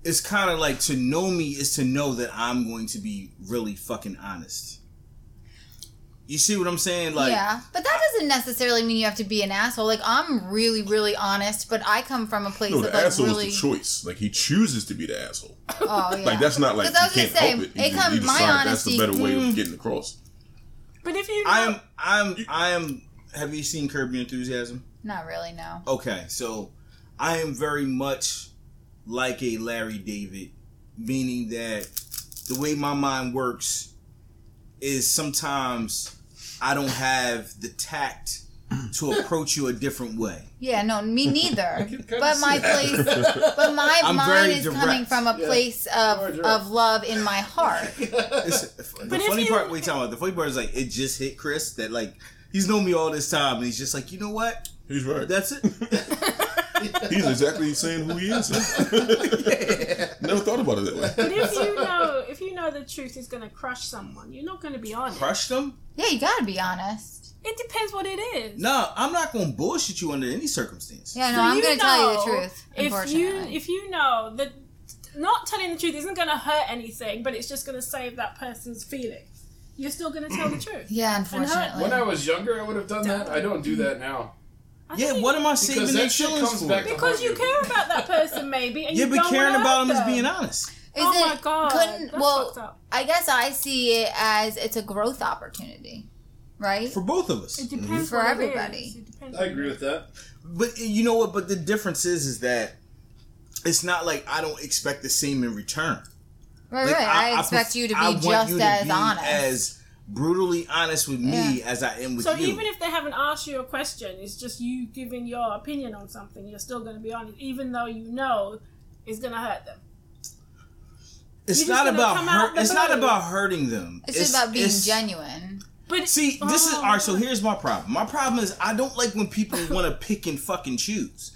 S3: it's kind of like to know me is to know that I'm going to be really fucking honest. You see what I'm saying? Like,
S2: yeah, but that doesn't necessarily mean you have to be an asshole. Like I'm really, really honest, but I come from a place
S5: No,
S2: of
S5: the
S2: like
S5: asshole
S2: really.
S5: is the choice. Like he chooses to be the asshole.
S2: Oh yeah.
S5: Like that's not like you
S2: Because I was
S5: can't
S2: gonna say,
S5: help it. You
S2: it
S5: just- you
S2: comes- my
S5: decide
S2: honesty-
S5: That's the better way of getting across.
S4: But if you know,
S3: I am, I am, I am. Have you seen Curb Your Enthusiasm?
S2: not really. No.
S3: Okay, so I am very much like a Larry David, meaning that the way my mind works is sometimes I don't have the tact to approach you a different way.
S2: Yeah, no, me neither.
S6: kinda
S2: but my
S6: see
S2: place, but my
S3: I'm
S2: mind
S3: very
S2: is
S3: direct.
S2: coming from a
S6: Yeah.
S2: place
S6: You are
S2: of
S6: direct.
S2: of love in my heart.
S3: It's, the
S4: if
S3: funny
S4: you-
S3: part, wait, time out. The funny part is like it just hit Chris that like he's known me all this time, and he's just like, you know what?
S5: He's right.
S3: That's it.
S5: He's exactly saying who he is. Never thought about it that way.
S4: but if you know, if you know the truth is gonna crush someone, you're not gonna be honest.
S3: Crushed him?
S2: Yeah, you gotta be honest.
S4: It depends what it is.
S3: No, I'm not gonna bullshit you under any circumstance.
S2: Yeah, no,
S4: So
S2: I'm
S4: you
S2: gonna tell you
S4: know
S2: the truth.
S4: If you
S2: Unfortunately,
S4: if you know that not telling the truth isn't going to hurt anything, but it's just going to save that person's feelings, you're still going to tell the truth.
S2: yeah,
S6: When
S2: unfortunately,
S6: I was younger, I would have done that. I don't do
S3: Mm-hmm.
S6: that now.
S4: I
S3: Yeah,
S4: think-
S3: what am I saving
S6: Because
S3: their
S6: that shit
S3: feelings
S6: comes
S3: for?
S6: back to
S4: Because you
S6: haunt
S4: care about that person, maybe, and
S3: Yeah,
S4: you
S3: but
S4: don't
S3: caring
S4: wanna
S3: about
S4: hurt
S3: them is being
S4: them.
S3: honest.
S2: is
S4: oh my god,
S2: Couldn't
S4: that's
S2: well,
S4: fucked up.
S2: I guess I see it as it's a growth opportunity, right?
S3: for both of us. Mm-hmm.
S4: It depends
S2: For
S4: what it
S2: everybody.
S4: is. It depends
S6: I agree with that.
S3: But you know what? But the difference is, is that it's not like I don't expect the same in return.
S2: right,
S3: Like,
S2: right. I, expect
S3: pref-
S2: you to
S3: I
S2: be
S3: want
S2: just
S3: you to
S2: as
S3: be
S2: honest.
S3: as brutally honest with me as I am with
S4: So
S3: you.
S4: even if they haven't asked you a question, it's just you giving your opinion on something. You're still going to be honest, even though you know it's going to hurt them.
S3: it's
S4: you're just
S3: not
S4: gonna
S3: about
S4: come out
S3: hurt,
S4: the
S3: it's not
S4: blue.
S3: about hurting them.
S2: it's, just about being
S3: it's-
S2: genuine.
S4: But
S3: See, this is
S4: Oh.
S3: all right. So here's my problem. My problem is I don't like when people want to pick and fucking choose.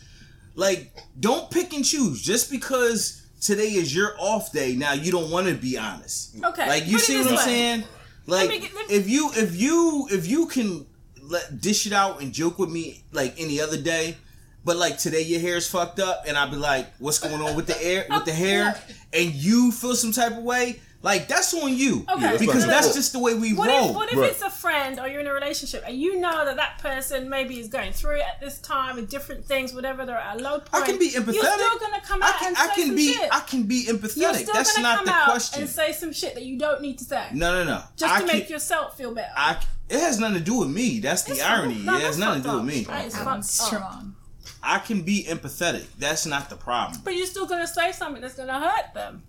S3: Like, don't pick and choose just because today is your off day. Now you don't want to be honest.
S4: Okay,
S3: Like you
S4: put it
S3: see
S4: this
S3: what I'm
S4: way.
S3: saying? Like
S4: me get- let me-
S3: if you if you if you can let dish it out and joke with me like any other day, but like today your hair's fucked up and I'd be like, what's going on with the air with the hair? And you feel some type of way. Like that's on you
S4: Okay. Yeah, that's
S3: because
S4: not
S3: that's
S5: cool.
S3: just the way we
S4: What
S3: roll.
S4: if, what if
S5: Right.
S4: it's a friend or you're in a relationship and you know that that person maybe is going through it at this time with different things, whatever they're at a low point.
S3: I can be empathetic.
S4: You're still gonna come
S3: I
S4: out
S3: can,
S4: and
S3: I
S4: say
S3: can
S4: some
S5: be-
S4: shit.
S3: I can be
S4: you're
S3: empathetic.
S4: still
S3: That's
S4: gonna
S3: not
S4: come
S3: the
S4: out
S3: question.
S4: and say some shit that you don't need to say.
S3: no, no, no.
S4: Just
S3: I
S4: to
S3: can-
S4: make yourself feel better.
S3: I, it has nothing to do with me. That's the
S4: It's
S3: irony.
S4: fucked up.
S3: it has
S4: That's
S3: nothing to do
S4: fucked
S3: with me.
S4: up. That is
S2: I'm
S4: fucked up.
S2: strong.
S3: I can be empathetic. That's not the problem.
S4: But you're still gonna say something that's gonna hurt them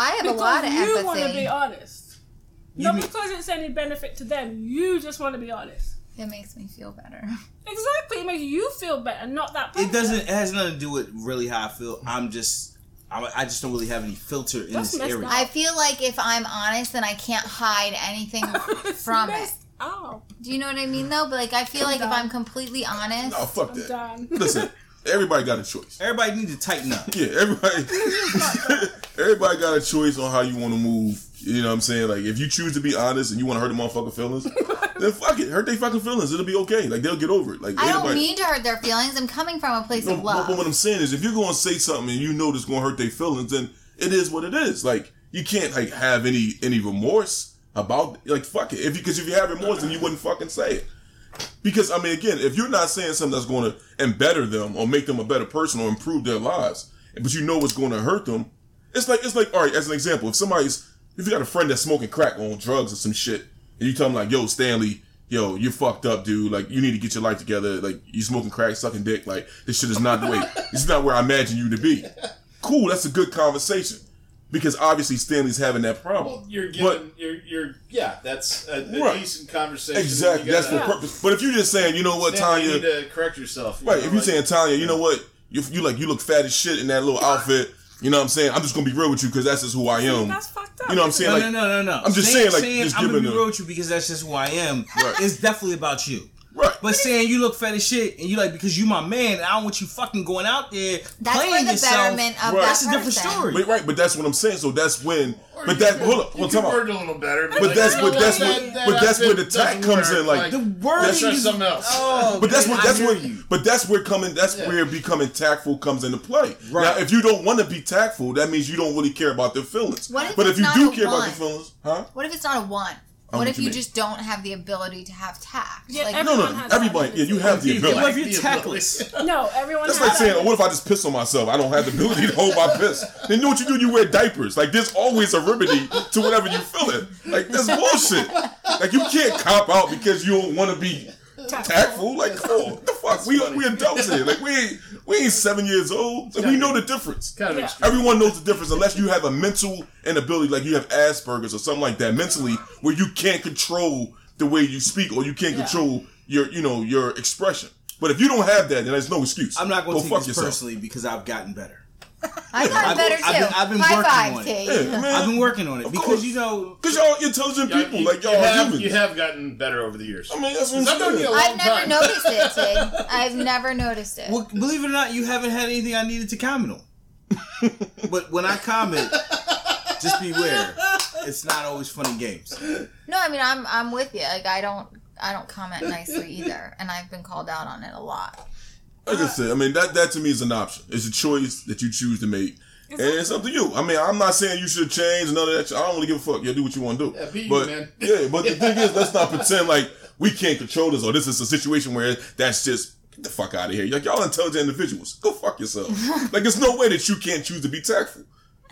S2: I have a lot of
S4: because you want to
S2: empathy.
S4: be honest.
S3: You
S4: Not
S3: mean-
S4: because it's any benefit to them. You just want to be honest.
S2: It makes me feel better.
S4: Exactly. It makes you feel better, not that. Person.
S3: It doesn't. It has nothing to do with really how I feel. I'm just. I, I just don't really have any filter in
S4: That's
S3: this
S4: messed
S3: area.
S4: up.
S2: I feel like if I'm honest, then I can't hide anything
S4: It's
S2: from it.
S4: messed up.
S2: Do you know what I mean, though? But like, I feel like if I'm completely honest,
S5: Oh fuck
S4: I'm
S5: that.
S4: done.
S5: Listen, everybody got a choice.
S3: Everybody need to tighten up.
S5: Yeah, everybody. everybody got a choice on how you want to move. You know what I'm saying? Like, if you choose to be honest and you want to hurt the motherfucker feelings, then fuck it, hurt their fucking feelings. It'll be okay. Like they'll get over it. Like
S2: I don't
S5: anybody-
S2: mean to hurt their feelings. I'm coming from a place
S5: No,
S2: of
S5: but-
S2: love.
S5: But what I'm saying is, if you're going to say something and you know it's going to hurt their feelings, then it is what it is. Like you can't like have any any remorse about like fuck it. If because if you have remorse, then you wouldn't fucking say it. Because I mean, again, if you're not saying something that's going to embetter them or make them a better person or improve their lives, but you know it's going to hurt them, it's like it's like all right. As an example, if somebody's if you got a friend that's smoking crack on drugs or some shit, and you tell them like, "Yo, Stanley, yo, you're fucked up, dude. Like, you need to get your life together. Like, you smoking crack, sucking dick. Like, this shit is not the way. this is not where I imagine you to be." Cool, that's a good conversation because obviously Stanley's having that problem.
S6: Well, you're giving,
S5: But-
S6: you're, you're, yeah, that's a, a
S5: Right.
S6: decent conversation.
S5: Exactly.
S6: You
S5: That's
S6: gotta-
S5: for purpose. But if you're just saying, you know what,
S6: Stanley,
S5: Tanya,
S6: you need to correct yourself.
S5: Right.
S6: know,
S5: if you're
S6: like-
S5: saying Tanya, you know what? You, you like you look fat as shit in that little outfit. You know what I'm saying? I'm just gonna be real with you because that's just who I am.
S4: That's fucked up.
S5: You know what I'm
S3: No,
S5: saying? Like,
S3: no, no, no, no.
S5: I'm just saying, like, just
S3: I'm gonna
S5: giving
S3: be
S5: them-
S3: real with you because that's just who I am.
S5: Right.
S3: It's definitely about you.
S5: Right.
S3: But saying you look fat as shit and you like because you my man and I don't want you fucking going out there
S2: That's
S3: playing
S2: for the
S3: yourself.
S2: betterment of
S5: Right.
S2: that
S3: that's a different
S2: person.
S3: story.
S5: but, right. But that's what I'm saying. So that's when.
S6: Or
S5: But
S6: you
S5: that
S6: could-
S5: hold up. Hold
S6: you
S5: on.
S6: could word a little better.
S5: But
S6: like,
S5: that's
S6: you
S5: what-
S6: know
S5: that's
S6: that-
S5: what-
S6: that
S5: but that's where the
S6: outfit
S5: tack
S6: doesn't
S5: comes
S6: work,
S5: in, like-
S3: the
S6: let's
S3: wording
S6: try
S3: is
S6: something else.
S3: Oh,
S5: But that's
S3: man,
S5: what
S3: I
S5: that's
S3: hear
S5: where
S3: you.
S5: but that's where coming that's
S6: Yeah.
S5: where becoming tactful comes into play.
S3: Right.
S5: Now, if you don't want to be tactful, that means you don't really care about their feelings.
S2: What if
S5: but
S2: it's
S5: if you
S2: not
S5: do
S2: a
S5: care about
S2: want?
S5: their feelings, huh?
S2: What if it's not a one?
S5: Oh,
S2: What
S5: what
S2: if
S5: you
S2: you
S5: mean?
S2: just don't have the ability to have tact?
S4: Yeah,
S2: like,
S4: every-
S5: No,
S4: Everyone
S5: no,
S4: has
S5: everybody. Yeah, you have the
S6: Like,
S5: ability.
S3: What if you're
S6: the ability-
S3: tactless?
S4: No, everyone
S5: That's
S4: has
S5: like saying, what if I just piss on myself? I don't have the ability to hold my piss. Then you know what you do? You wear diapers. Like there's always a remedy to whatever you feeling. Like that's bullshit. Like you can't cop out because you don't want to be tactful. Like come on, what the fuck? We we adults here. Like we ain't, we ain't seven years old. Like, we know the difference.
S6: Kind of
S4: Yeah.
S6: extreme.
S5: Everyone knows the difference unless you have a mental inability, like you have Asperger's or something like that, mentally, where you can't control the way you speak or you can't control your, you know, your expression. But if you don't have that, then there's no excuse.
S3: I'm not going
S5: Go
S3: to take
S5: fuck
S3: this
S5: yourself.
S3: personally because I've gotten better.
S2: I've gotten
S3: I've-
S2: better too.
S3: I've been- I've been working
S2: High
S3: on
S2: five,
S3: it.
S2: T.
S5: Yeah, man.
S3: I've been working on it
S5: Of
S3: because
S5: course.
S3: you know
S5: Cause y'all intelligent
S6: Yeah,
S5: people,
S6: you-
S5: like y'all
S6: you
S5: are
S6: have,
S5: humans.
S6: You have gotten better over the years.
S5: I mean, that's what I'm
S6: I've known
S5: saying.
S6: you a long
S2: I've never
S6: time.
S2: noticed it, T. I've never noticed it.
S3: Well, believe it or not, you haven't had anything I needed to comment on. but when I comment, just beware. It's not always fun and games.
S2: No, I mean I'm I'm with you. Like I don't I don't comment nicely either, and I've been called out on it a lot.
S5: Like I said, I mean that that to me is an option. It's a choice that you choose to make, and it's up to you. I mean, I'm not saying you should change none of that. shit. I don't really give a fuck. You do what you want to do.
S6: Yeah, be you,
S5: but
S6: man.
S5: yeah, but the thing is, let's not pretend like we can't control this or this is a situation where that's just get the fuck out of here. Like y'all intelligent individuals, go fuck yourself. like there's no way that you can't choose to be tactful.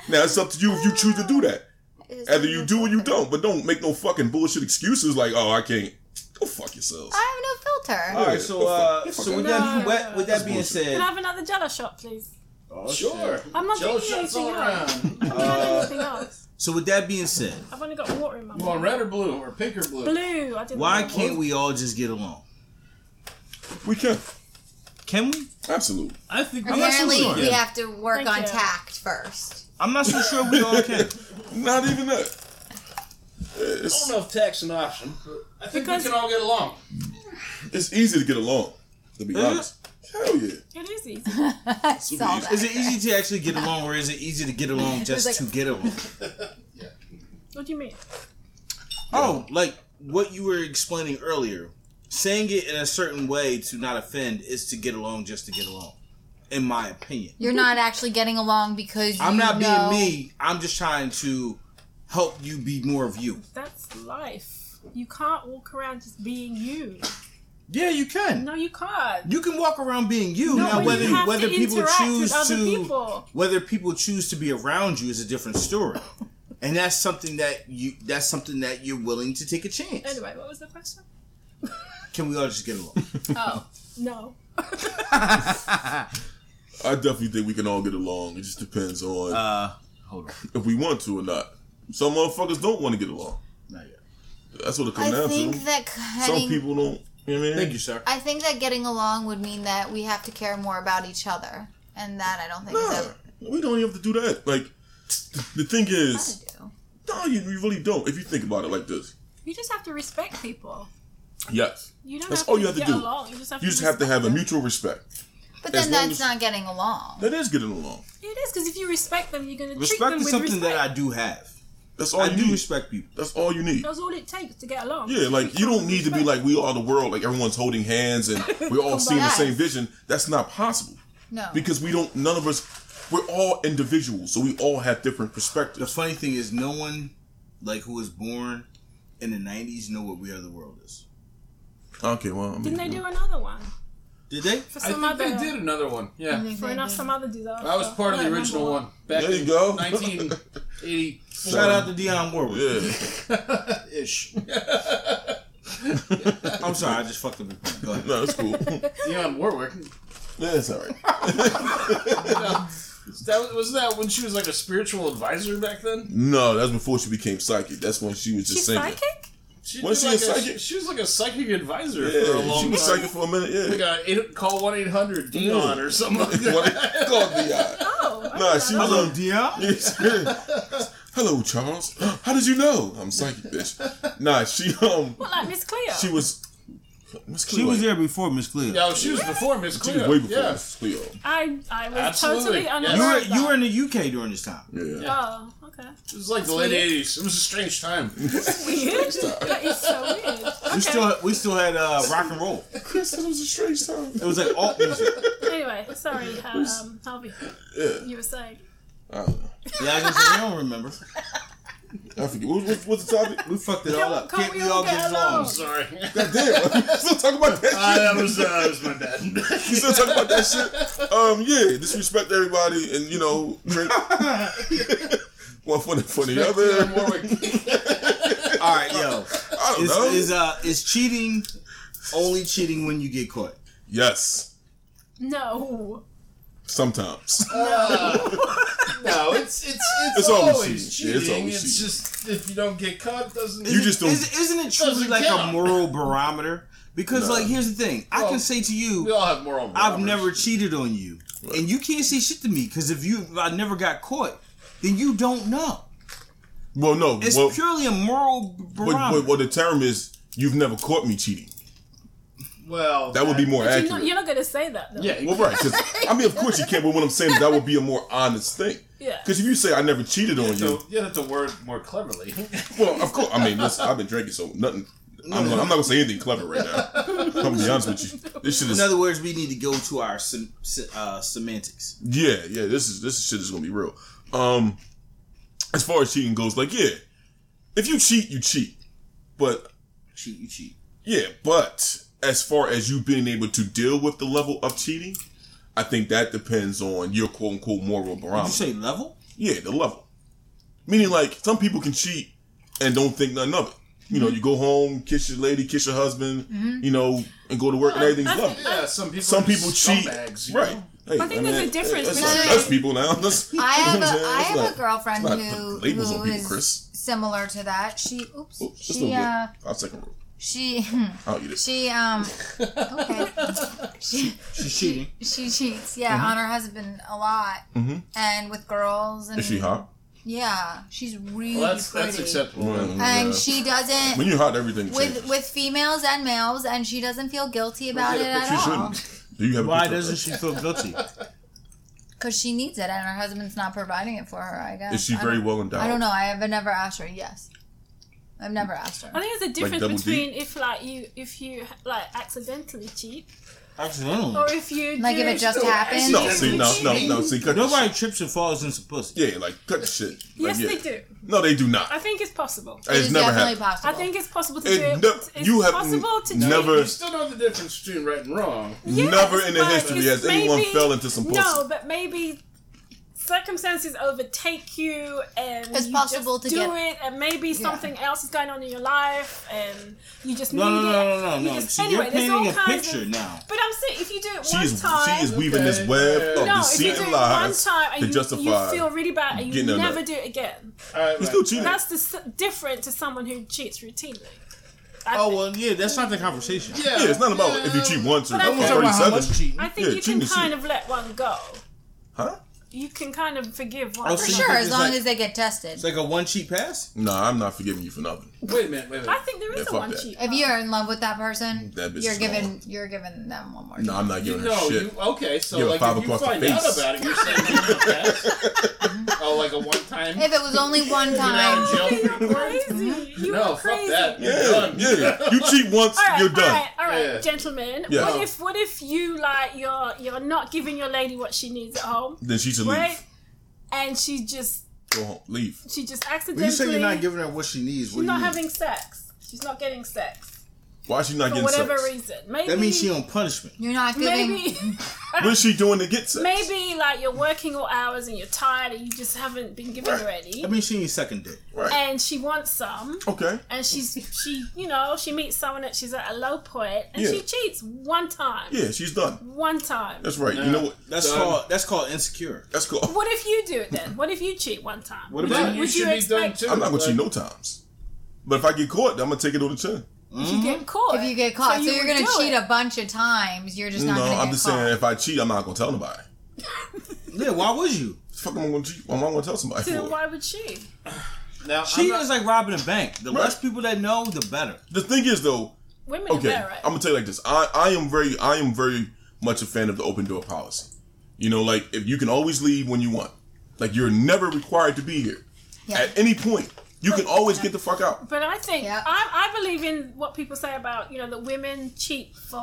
S5: Now it's up to you if you choose to do that.
S2: It's-
S5: Either you do or you don't, but don't make no fucking bullshit excuses like, oh, I can't. Go fuck yourselves.
S2: I have no
S3: All
S2: filter.
S3: right, so uh, so with that, be- with, with that being
S4: Can
S5: oh.
S3: said,
S4: I have another jello shot, please?
S3: Oh, shit.
S6: Sure.
S4: I'm not
S6: Jello
S4: taking
S6: shots
S4: anything
S6: all
S4: else.
S6: around.
S4: I can't
S5: Uh.
S4: have anything else.
S3: So with that being said,
S4: I've only got water in my
S6: You want red or blue or pink or blue?
S4: Blue. I didn't
S3: why
S4: know.
S3: can't we all just get along?
S5: We can.
S3: Can we?
S5: Absolutely.
S3: I think I'm not so
S2: Apparently,
S3: sure.
S2: we have to work
S4: Thank
S2: on
S4: you.
S2: tact first.
S3: I'm not so sure we all can.
S5: Not even that.
S6: I don't
S5: It's,
S6: know if tax an option, but I think
S4: Because-
S6: we can all get along.
S5: it's easy to get along, to be
S3: Is it?
S5: honest. Hell yeah.
S4: It is easy.
S2: That's all
S5: easy.
S2: that.
S3: Is it easy to actually get along, or is it easy to get along just
S2: like-
S3: to get along?
S4: What do you mean?
S3: Oh, like what you were explaining earlier. Saying it in a certain way to not offend is to get along just to get along, in my opinion.
S2: You're not actually getting along because
S3: I'm
S2: you
S3: not
S2: know-
S3: being me. I'm just trying to help you be more of you.
S4: That's life. You can't walk around just being you.
S3: Yeah, you can.
S4: No, you can't.
S3: You can walk around being you.
S4: No,
S3: now,
S4: but you
S3: whether
S4: have
S3: whether
S4: to
S3: people
S4: interact with
S3: choose
S4: other
S3: to
S4: people.
S3: whether people choose to be around you is a different story, and that's something that you that's something that you're willing to take a chance.
S4: Anyway, what was the question?
S3: Can we all just get along?
S4: Oh, no.
S5: I definitely think we can all get along. It just depends on
S3: Uh, hold on.
S5: if we want to or not. Some motherfuckers don't want to get along.
S3: Not yet.
S5: That's what it comes
S2: I
S5: down to.
S2: think that
S5: Some
S2: cutting
S5: people don't. You know what I mean?
S3: Thank you, sir.
S2: I think that getting along would mean that we have to care more about each other, and that I don't think is
S5: Nah,
S2: ever
S5: we don't even have to do that. Like, the thing is,
S2: to do.
S5: no, you, you really don't. If you think about it like this,
S4: You just have to respect people.
S5: yes,
S4: You don't
S5: That's
S4: have
S5: all
S4: to
S5: you have to
S4: get
S5: do.
S4: along. You just have
S5: you
S4: to
S5: just have to
S4: respect
S5: have a
S4: them.
S5: mutual respect.
S2: But
S5: As
S2: then
S5: long
S2: that's
S5: as-
S2: not getting along.
S5: That is getting along.
S4: It is because if you respect them, you're going to treat
S3: Respect
S4: them
S3: is
S4: with
S3: something
S4: respect.
S3: that I do have.
S5: That's all
S3: I
S5: you
S3: Oh, do
S5: need.
S3: respect people.
S5: That's all you need.
S4: That's all it takes to get along.
S5: Yeah, like you don't need to be like we are the world, like everyone's holding hands and we're all seeing the
S2: Yes.
S5: same vision. That's not possible
S2: No.
S5: because we don't. None of us. We're all individuals, so we all have different
S3: The
S5: perspectives.
S3: funny thing is, no one like who was born in the '90s know what We Are the World is.
S5: Okay, well, I mean,
S4: Didn't they do another one
S3: Did they?
S4: for
S6: I
S4: some
S6: think
S4: other
S6: they did another one. Yeah,
S4: for not some other disaster?
S6: I was part of
S4: I
S6: the
S4: don't
S6: original
S4: remember.
S6: one back
S5: There you
S6: in
S5: go.
S6: 1984
S3: Shout out to Dion Warwick.
S5: Yeah.
S6: ish.
S3: I'm sorry, I just fucked up. the- Go ahead.
S5: No, it's cool. yeah,
S6: Dionne Warwick.
S5: it's all right.
S6: That was, was that when she was like a spiritual advisor back then.
S5: No, that's before she became psychic. That's when she was just
S4: She's
S5: singing.
S4: psychic.
S6: She
S5: Was
S6: did
S5: she
S6: like
S5: a psychic?
S6: She was like a psychic advisor for a
S5: Yeah,
S6: long
S5: she was
S6: time.
S5: psychic for a minute.
S6: Like
S5: Yeah.
S6: a eight, call one eight hundred Dion or something like that.
S5: What it- called the eye.
S4: Oh, I
S5: Nah,
S4: don't
S5: she
S4: know.
S5: was
S7: Hello,
S5: on
S7: Dia.
S5: Yes. Hello, Charles. How did you know? I'm psychic, bitch. Nah, she um,
S4: What, like Miss Cleo.
S5: she was. Miss
S7: She
S5: Cleo.
S7: was there before Miss Cleo.
S6: No, she was before Miss
S5: She
S6: Cleo.
S5: was way before
S6: Yeah.
S5: Miss Cleo.
S4: I I was
S6: Absolutely.
S4: totally
S6: Yeah.
S4: unaware.
S7: You were
S4: of that.
S7: you were in the UK during this time.
S5: Yeah.
S4: Oh, okay.
S6: It was like the late eighties. It was a strange time.
S4: Weird. that is so weird. Okay.
S7: We still we still had uh, rock and roll.
S5: Chris said it was a strange time.
S7: It was like alt music.
S4: Anyway, sorry, uh, um, Harvey.
S5: Yeah.
S4: You were saying.
S5: I don't know.
S7: Yeah, I guess I don't remember.
S5: I forget. What, what, what's the topic?
S7: We fucked it all up.
S4: Can't we all get along?
S6: Sorry.
S5: God damn. You still talking about that shit?
S6: Ah, that was uh, that was my bad.
S5: You still talking about that shit? Um, yeah. Disrespect everybody and, you know, drink. One foot in front of the
S6: Dionne
S5: other.
S6: Warwick.
S7: All right, yo.
S5: I don't
S7: Is,
S5: know.
S7: is uh is cheating only cheating when you get caught?
S5: yes.
S4: No.
S5: Sometimes.
S6: No, it's it's it's,
S5: It's always
S6: always,
S5: cheating.
S6: cheating.
S5: Yeah, it's
S6: it's
S5: always cheating.
S6: just if you don't get caught, it doesn't
S5: You just don't-
S7: Is, isn't it truly
S6: Doesn't
S7: like a
S6: count.
S7: moral barometer? Because
S5: No.
S7: like here's the thing, I can
S6: Well,
S7: say to
S6: we
S7: you,
S6: all have moral.
S7: I've
S6: robbers.
S7: never cheated on you, and you can't say shit to me because if you if I never got caught, then you don't know.
S5: Well, no.
S7: It's
S5: well,
S7: purely a moral
S5: what,
S7: barometer.
S5: what, what the term is, you've never caught me cheating.
S6: Well,
S5: That would be more
S4: You're
S5: accurate.
S4: not, you're not going to say that, though.
S6: Yeah,
S5: Well, right. 'cause- I mean, of course you can't. But what I'm saying, is that would be a more honest thing.
S4: Yeah.
S5: Because if you say I never cheated on
S6: so
S5: you,
S6: you have to word more cleverly.
S5: well, of course. I mean, listen, I've been drinking, so nothing. I'm, gonna, I'm not gonna say anything clever right now. I'm gonna be honest with you. This shit
S7: In
S5: is.
S7: other words, we need to go to our sem- se- uh, semantics.
S5: Yeah, yeah. This is this shit is gonna be real. Um, as far as cheating goes, like yeah, if you cheat, you cheat. But
S7: Cheat, you cheat.
S5: Yeah, but as far as you being able to deal with the level of cheating, I think that depends on your quote unquote moral
S7: You
S5: barometer.
S7: say level?
S5: Yeah, the level. Meaning, like, some people can cheat and don't think nothing of it. You know,
S2: Mm-hmm.
S5: you go home, kiss your lady, kiss your husband, you know, and go to work, and everything's lovely.
S6: yeah, some people.
S5: Some
S6: are just
S5: people cheat,
S6: scumbags, you know?
S5: right? Hey,
S4: I think there's a difference
S5: That's, that's,
S2: between-
S5: that's people now. That's,
S2: I have a
S5: you know what I'm
S2: I
S5: saying?
S2: have
S5: It's
S2: a
S5: not-
S2: girlfriend
S5: it's not
S2: who
S5: the labels on
S2: who
S5: people,
S2: is
S5: Chris.
S2: similar to that. She oops
S5: Oh, just a
S2: she
S5: little
S2: uh
S5: bit. I'll second row.
S2: she
S5: I'll eat it.
S2: she um okay she
S7: She's cheating.
S2: she cheats yeah
S5: Mm-hmm.
S2: on her husband a lot
S5: Mhm.
S2: and with girls and
S5: Is she hot?
S2: yeah she's really
S6: Well, that's
S2: pretty
S6: that's acceptable.
S5: Yeah.
S2: and
S5: Yeah.
S2: she doesn't
S5: when you're hot, everything changes.
S2: with with females and males and she doesn't feel guilty about it
S6: get a
S2: at
S5: she
S2: all
S5: shouldn't. Do you have a
S7: Why
S5: picture of
S7: doesn't
S5: her?
S7: she feel guilty?
S2: because she needs it and her husband's not providing it for her I guess
S5: Is she
S2: I
S5: very
S2: don't-
S5: well endowed?
S2: I don't know I have never asked her yes I've never asked her
S4: I think there's a difference
S5: double D?
S4: between if like you if you like accidentally cheat
S7: Accidentally.
S4: or if you
S2: Like,
S4: do
S2: if it just
S4: still
S2: happened?
S5: No,
S4: accidentally
S5: see, no, no,
S4: cheat.
S5: no, see, cut the
S7: Nobody trips and falls into pussy.
S5: shit. Yeah, like cut the shit. Like,
S4: Yes,
S5: yeah.
S4: they do.
S5: No, they do
S4: I
S5: not.
S4: think it's possible.
S2: It
S5: It's
S2: is
S5: never
S2: definitely
S5: happened.
S2: possible
S4: I think it's possible to
S5: It
S4: do it.
S5: ne-
S4: it's
S5: you have
S4: possible to
S5: never-
S4: cheat.
S6: You still know the difference between right and wrong.
S4: Yes,
S5: Never in the
S4: but
S5: history
S4: it's
S5: has anyone
S4: maybe-
S5: fell into some pussy.
S4: No, but maybe circumstances overtake you and
S2: It's
S4: you
S2: possible
S4: just
S2: to
S4: do
S2: get-
S4: it, and maybe something else is going on in your life, and you just
S7: No, no,
S4: need
S7: no,
S4: it.
S7: no, no,
S4: You
S7: no.
S4: just-
S7: See,
S4: anyway,
S7: you're
S4: there's all
S7: painting a
S4: kinds
S7: picture
S4: of-
S7: now.
S4: But I'm saying if you do it
S5: She
S4: one
S5: is,
S4: time,
S5: she is weaving this
S6: Okay.
S5: web of
S4: no,
S6: No,
S4: if you
S5: deceit
S4: do
S5: and
S4: it one
S5: lies
S4: time and
S5: to
S4: you,
S5: justify.
S4: you feel really bad and you
S5: getting a
S4: never
S5: nut.
S4: do it again,
S6: All right,
S5: It's
S6: right,
S5: still cheating.
S6: right.
S4: that's the, s- different to someone who cheats routinely. I
S7: Oh
S4: think.
S7: well, yeah, that's not the conversation.
S5: yeah, it's not about if you cheat once or
S4: But I think-
S7: Talking about how much
S5: 37.
S7: cheating.
S4: I think
S5: yeah,
S4: you
S5: cheating
S4: can
S5: is
S4: kind
S5: cheating.
S4: of let one go.
S5: Huh?
S4: You can kind of forgive one.
S7: Oh,
S4: another.
S2: For
S7: so
S2: sure,
S7: It's
S2: as long
S7: like-
S2: as they get tested.
S7: It's like a one cheat pass.
S5: Nah, I'm not forgiving you for nothing.
S6: Wait a minute, wait a
S4: I
S6: minute.
S4: think there
S5: Yeah,
S4: is
S5: fuck
S4: a one
S5: that.
S4: cheat.
S2: If you're in love with that person,
S5: That bitch
S2: you're
S5: is
S2: giving
S5: gone.
S2: you're giving them one more.
S5: No,
S2: time.
S5: I'm not giving her
S6: No,
S5: shit.
S6: you okay? So
S5: Give a
S6: like,
S5: five
S6: if you
S5: across the
S6: find
S5: face.
S6: out about it, you're saying you're in the past? Oh, like a one time.
S2: If it was only one
S6: out
S2: time,
S6: of
S4: Okay,
S6: jail.
S4: you're crazy. You
S6: no,
S4: are crazy.
S6: fuck that.
S5: yeah,
S6: You're done.
S5: yeah. You cheat once,
S4: All right,
S5: you're done.
S4: all right, all right,
S6: Yeah.
S4: gentlemen.
S5: Yeah.
S4: What if what if you like you're you're not giving your lady what she needs at home,
S5: Then she should
S4: right?
S5: leave.
S4: And she just
S5: Go home. Leave.
S4: she just
S7: When
S4: accidentally
S7: you say you're not giving her what she needs, what
S4: she's
S7: do you
S4: not
S7: mean?
S4: having sex. She's not getting sex.
S5: Why is she not
S4: for
S5: getting
S4: whatever
S5: sex?
S4: reason. Maybe
S7: That means she on punishment.
S2: You're not giving.
S4: maybe
S5: What is she doing to get sex?
S4: maybe like you're working all hours and you're tired and you just haven't been given ready,
S7: That means she ain't sucking dick.
S5: Right.
S4: and she wants some.
S5: Okay.
S4: And she's she you know she meets someone that she's at a low point and
S5: Yeah.
S4: she cheats one time,
S5: Yeah, she's done.
S4: one time.
S5: That's right. You know what?
S7: That's
S6: Done.
S7: called that's called insecure.
S5: That's cool.
S4: What if you do it then? What if you cheat one time?
S7: What
S6: Then
S7: about
S6: you
S4: would
S6: should
S4: you
S6: be done
S4: expect-
S6: too.
S5: I'm not gonna
S6: but-
S5: cheat no times. But if I get caught, I'm gonna take it on the chin.
S4: if you
S5: Mm-hmm.
S4: get caught?
S2: If you get caught, so,
S4: you
S2: you're
S4: would
S2: gonna
S4: do
S2: cheat
S4: it.
S2: a bunch of times. You're just
S5: No,
S2: not gonna
S5: I'm
S2: get
S5: just
S2: caught.
S5: saying if I cheat, I'm not gonna tell nobody.
S7: Yeah, why would you?
S5: Fuck, I'm gonna cheat. I'm not gonna tell somebody.
S4: Then
S5: for it.
S4: why would she?
S6: Now, I'm
S7: She
S6: not-
S7: is like robbing a bank. The
S5: Right.
S7: less people that know, the better.
S5: The thing is though,
S4: Women
S5: okay,
S4: are better at
S5: I'm gonna tell you like this. I, I am very I am very much a fan of the open door policy. You know, like if you can always leave when you want. Like you're never required to be here.
S2: Yeah.
S5: At any point, you can always get the fuck out.
S4: But I think
S2: Yeah.
S4: I, I believe in what people say about you know that women cheat for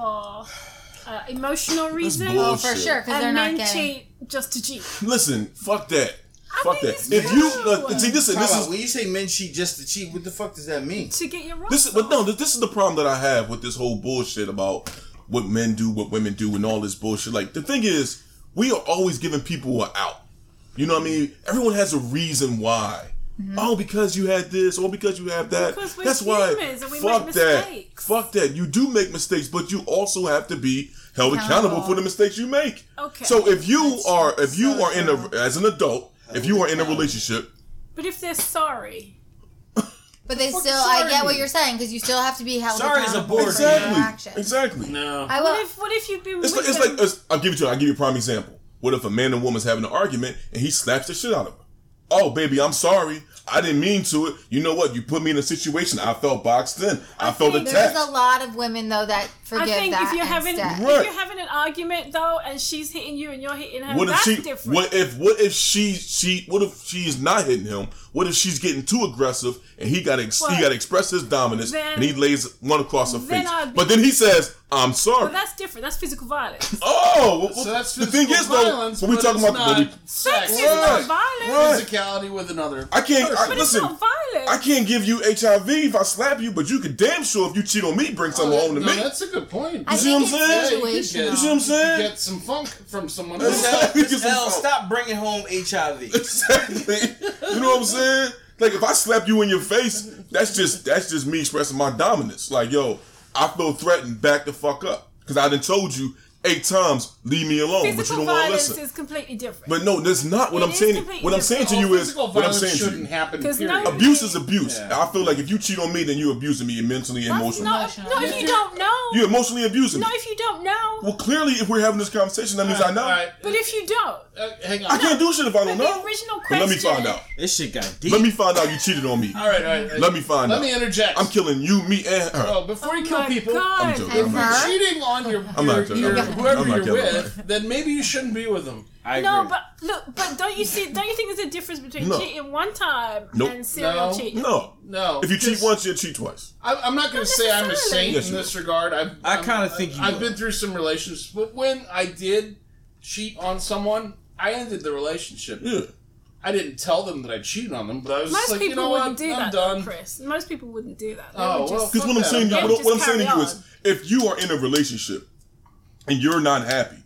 S4: uh, emotional reasons
S5: bull-
S2: oh, for
S5: Bullshit.
S2: sure, because they're
S4: and
S2: not
S4: men
S2: getting.
S4: cheat just to cheat.
S5: Listen, fuck that. fuck
S4: mean,
S5: that.
S4: it's
S5: If you
S4: true.
S5: look, see this is this
S7: How about
S5: is
S7: when you say men cheat just to cheat, what the fuck does that mean?
S4: To get your rocks
S5: this is but
S4: off.
S5: no, this, this is the problem that I have with this whole bullshit about what men do, what women do, and all this bullshit. Like the thing is, we are always giving people an out. You know what I mean? Everyone has a reason why. Oh, because you had this, or because you have that.
S4: Mm-hmm. Because we're
S5: That's why.
S4: humans and we
S5: fuck
S4: make
S5: that.
S4: mistakes.
S5: Fuck that. You do make mistakes, but you also have to be held accountable
S2: Accountable.
S5: for the mistakes you make.
S4: Okay.
S5: So if you are, if you
S2: so
S5: are in a, as an adult, if you are in a relationship,
S4: But if they're sorry,
S2: But they
S7: fuck
S2: still,
S7: is
S2: I
S7: sorry?
S2: get what you're saying because you still have to be held
S7: Sorry is a
S2: accountable
S7: board
S2: for your
S5: exactly,
S2: actions.
S5: exactly.
S6: no.
S2: I
S4: what
S2: will.
S4: if what if you've been
S5: It's
S4: with
S5: like, it's
S4: them-
S5: like it's, I'll give it to you. I'll give you a prime example. What if a man and woman's having an argument and he slaps the shit out of her? Oh, baby, I'm sorry. I didn't mean to it. You know what? You put me in a situation. I felt boxed in. I, felt
S4: think
S5: attacked.
S2: There's a lot of women though that
S4: I
S2: forgive
S4: think
S2: that
S4: if you're having
S2: instead.
S5: Right.
S4: if you're having an argument though, and she's hitting you and you're hitting her,
S5: What if
S4: that's
S5: she?
S4: different.
S5: What if? What if she? She? What if she is not hitting him? What if she's getting too aggressive and he got ex- he
S4: Well,
S5: got to express his dominance
S4: then-
S5: and he lays one across her
S4: then
S5: face?
S4: I'd be-
S5: but then he says, "I'm sorry."
S4: but that's different. That's physical violence.
S5: oh, well, well,
S6: So that's
S5: the thing
S6: physical
S5: is though.
S6: violence,
S5: when we
S6: but
S5: talking
S6: it's
S5: about when we-
S6: not
S4: Sex
S6: sex.
S4: is
S5: Right.
S4: not
S5: Right.
S4: violence.
S6: Physicality with another.
S5: I can't. I,
S4: But it's
S5: listen,
S4: not violent.
S5: I can't give you HIV if I slap you, but you can damn sure if you cheat on me, bring something home to
S6: Oh,
S5: me.
S6: no, That's a good point.
S2: I
S5: see
S2: think
S5: what I'm
S2: it's
S5: saying?
S6: Yeah,
S2: situational.
S5: You see what I'm
S6: You
S5: saying?
S6: get some funk from someone
S5: That's
S6: else.
S5: how we get some
S7: L,
S5: fun.
S7: stop bringing home HIV.
S5: Exactly. You know what I'm saying? Like if I slap you in your face, that's just that's just me expressing my dominance. Like yo, I feel threatened. Back the fuck up, because I done told you eight times, leave me alone, but you
S4: Physical
S5: don't want to
S4: violence
S5: listen.
S4: is completely different.
S5: But no, that's not what
S4: It
S5: I'm
S4: is
S5: saying.
S4: completely
S5: What I'm saying to
S4: different.
S5: you is
S6: Oh, Physical
S5: what I'm
S6: violence
S5: saying to
S6: shouldn't
S5: you.
S6: happen.
S4: Because
S6: period.
S4: no-
S5: Abuse is abuse.
S6: Yeah.
S5: I feel like if you cheat on me, then you abusing me mentally, and
S4: that's
S5: emotionally.
S4: not,
S2: emotional.
S4: not if you don't know.
S5: You're emotionally abusing
S4: Not
S5: me.
S4: if you don't know.
S5: Well, clearly, if we're having this conversation, that means I know.
S6: All right,
S4: But if you don't,
S6: uh, hang on.
S5: I can't do shit if I don't
S4: But the
S5: know.
S4: original
S5: But let me
S4: question-
S5: find out.
S7: This shit got deep.
S5: Let me find out you cheated on me.
S6: All right, all right. all right.
S5: Let me find
S6: Let
S5: out.
S6: me interject.
S5: I'm killing you, me, and her.
S6: Oh, before you
S4: Oh
S6: kill
S4: my
S6: people,
S4: God.
S5: I'm joking.
S2: And
S5: I'm
S2: her?
S5: not joking.
S6: cheating on your,
S5: I'm not
S6: your,
S5: joking.
S6: your
S5: I'm not-
S6: whoever
S5: I'm not
S6: you're
S5: killing
S6: with, then maybe you shouldn't be with them.
S7: I agree.
S4: No, but look, but don't you see? Don't you think there's a difference between
S5: No.
S4: cheating one time
S5: Nope.
S4: and serial
S6: No.
S4: cheating?
S5: No.
S6: No.
S5: If you cheat
S6: because
S5: once, you cheat twice.
S6: I, I'm not going to say I'm a
S4: necessarily.
S6: saint
S5: Yes,
S6: in
S5: you
S6: this regard. I've,
S7: I
S6: I'm-
S7: kinda think you
S6: I've
S7: are.
S6: been through some relationships, but when I did cheat on someone, I ended the relationship.
S5: Yeah.
S6: I didn't tell them that I cheated on them, but I was
S4: Most
S6: just like,
S4: people
S6: you know
S4: wouldn't
S6: what,
S4: do
S6: I'm
S4: that, though,
S6: done.
S4: Chris. Most people wouldn't do that. They
S6: Oh,
S4: would
S6: well,
S4: just,
S5: Because what I'm
S6: Fuck
S5: saying,
S6: that.
S5: what,
S4: Yeah,
S5: what I'm
S4: just
S5: saying to
S4: carry
S5: you is,
S4: on.
S5: if you are in a relationship and you're not happy,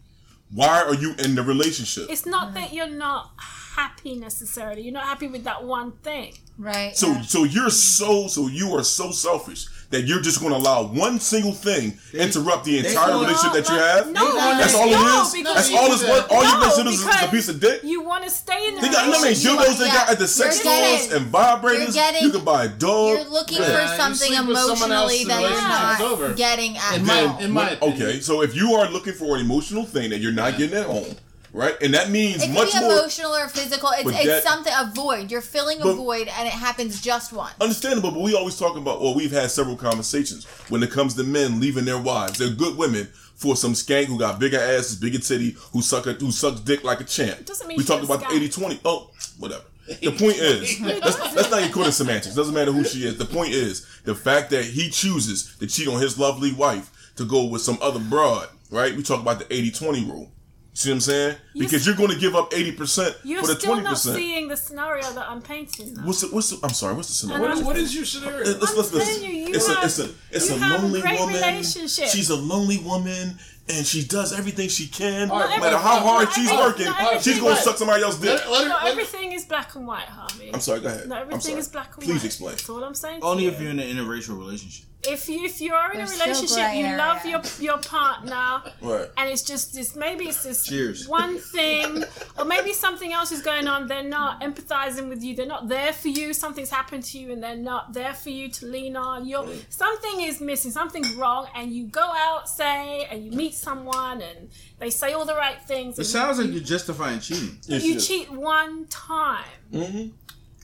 S5: why are you in the relationship?
S4: it's not that you're not happy necessarily. You're not happy with that one thing.
S2: Right.
S5: So,
S2: yeah.
S5: so you're so, so you are so selfish that you're just going to allow one single thing interrupt the entire
S7: call it-
S5: relationship that you have.
S4: No,
S5: That's all
S4: no,
S5: it is.
S4: because-
S5: That's all it's worth. All
S4: No,
S5: you consider is
S4: because
S5: a piece of dick.
S4: You want to stay in the
S5: They got how many
S4: relationship.
S2: You
S5: dildos
S2: are-
S5: they got at the
S2: yeah.
S5: sex
S2: You're
S5: stores
S2: getting-
S5: and vibrators.
S2: you're getting-
S5: you could buy a dog.
S2: You're looking
S5: Yeah.
S2: for
S6: you
S2: something
S6: sleep with someone else,
S2: emotionally
S6: the
S2: that
S6: relationship's
S2: you're not
S6: over.
S2: getting at
S6: In
S2: home.
S6: my, in my opinion.
S5: okay, so if you are looking for an emotional thing that you're not getting at home, right? And that means
S2: it could
S5: much
S2: be
S5: more
S2: emotional or physical. It's,
S5: But
S2: it's
S5: that-
S2: something a void. You're filling a
S5: But-
S2: void, and it happens just once.
S5: understandable. But we always talk about, well, we've had several conversations when it comes to men leaving their wives. They're good women for some skank who got bigger asses, bigger titty, who suck a, who sucks dick like a champ.
S4: Doesn't mean
S5: we
S4: she's
S5: talked
S4: a
S5: about
S4: skank.
S5: 80-20. Oh, whatever. The point is, let's, let's not get caught in semantics. Doesn't matter who she is. The point is the fact that he chooses to cheat on his lovely wife to go with some other broad. Right? We talk about the 80-20 rule. See what I'm saying?
S4: You
S5: because
S4: s-
S5: you're going to give up 80%
S4: You're
S5: for the
S4: still
S5: 20%.
S4: not seeing the scenario that I'm painting. Though.
S5: What's the, what's the, I'm sorry, what's the scenario?
S6: What is, what is your scenario?
S5: Let's, let's,
S4: I'm
S5: let's,
S4: telling you, you
S5: it's
S4: have-
S5: a, it's a, it's
S4: you
S5: a
S4: have a
S5: lonely
S4: great
S5: woman.
S4: relationship.
S5: She's a lonely woman, and she does everything she can.
S6: All
S5: No
S6: right,
S5: matter how hard
S4: not
S5: she's
S4: every-
S5: working,
S4: not every-
S5: she's gonna suck somebody else's dick.
S6: Let, let her,
S4: Not
S6: let her,
S4: everything is black and white, Harvey.
S5: I'm sorry, go ahead.
S4: Not
S5: I'm
S4: everything
S5: sorry.
S4: is black and white.
S5: Please explain.
S4: That's all I'm saying. to
S7: Only
S4: you.
S7: if you're in an interracial relationship.
S4: if you if you're in a
S2: There's still
S4: relationship,
S2: grey
S4: you love
S2: area.
S4: your your partner,
S5: Right.
S4: and it's just this maybe it's this
S7: Cheers.
S4: one thing, or maybe something else is going on. They're not empathizing with you. They're not there for you. Something's happened to you, and they're not there for you to lean on. You're something is missing. Something's wrong, and you go out, say, and you meet someone, and they say all the right things.
S7: It
S4: and
S7: sounds
S4: you-
S7: like you're justifying cheating.
S5: Yeah, she
S4: you
S5: is.
S4: cheat one time.
S5: Mm-hmm.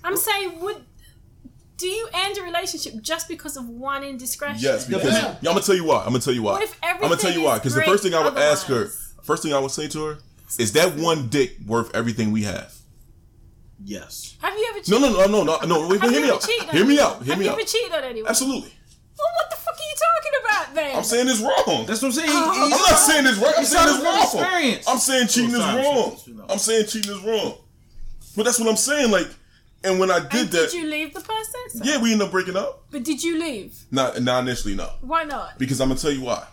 S4: I'm saying, would do you end a relationship just because of one indiscretion?
S5: Yes, because
S6: Yeah.
S5: yeah, I'm gonna tell you why. I'm gonna tell you why.
S4: What if
S5: I'm gonna tell
S4: everything
S5: you why.
S4: is
S5: Because the first thing I would
S4: great
S5: ask her,
S4: otherwise?
S5: first thing I would say to her, is that one dick worth everything we have?
S7: Yes.
S4: Have you ever cheated?
S5: No, no, no, no, no, no. Wait,
S4: Have
S5: wait, hear
S4: you
S5: me
S4: ever
S5: out.
S4: cheated on
S5: Hear me
S4: anyone?
S5: out. Hear
S4: Have
S5: me
S4: you
S5: out.
S4: ever cheated on anyone?
S5: Absolutely.
S4: Well, what the fuck are you talking about then?
S5: I'm saying it's wrong.
S7: That's what I'm saying.
S5: I'm not saying it's right. I'm saying
S7: saying
S5: it's
S7: it's
S5: wrong.
S7: experience.
S5: I'm saying cheating
S7: Oh,
S5: is
S7: sorry,
S5: wrong.
S7: sorry, sorry.
S5: I'm saying cheating is wrong. But that's what I'm saying. Like, and when I did
S4: And
S5: that,
S4: did you leave the person? So-
S5: yeah, we ended up breaking up.
S4: But did you leave?
S5: Not, not initially, no.
S4: Why not?
S5: Because I'm gonna tell you why.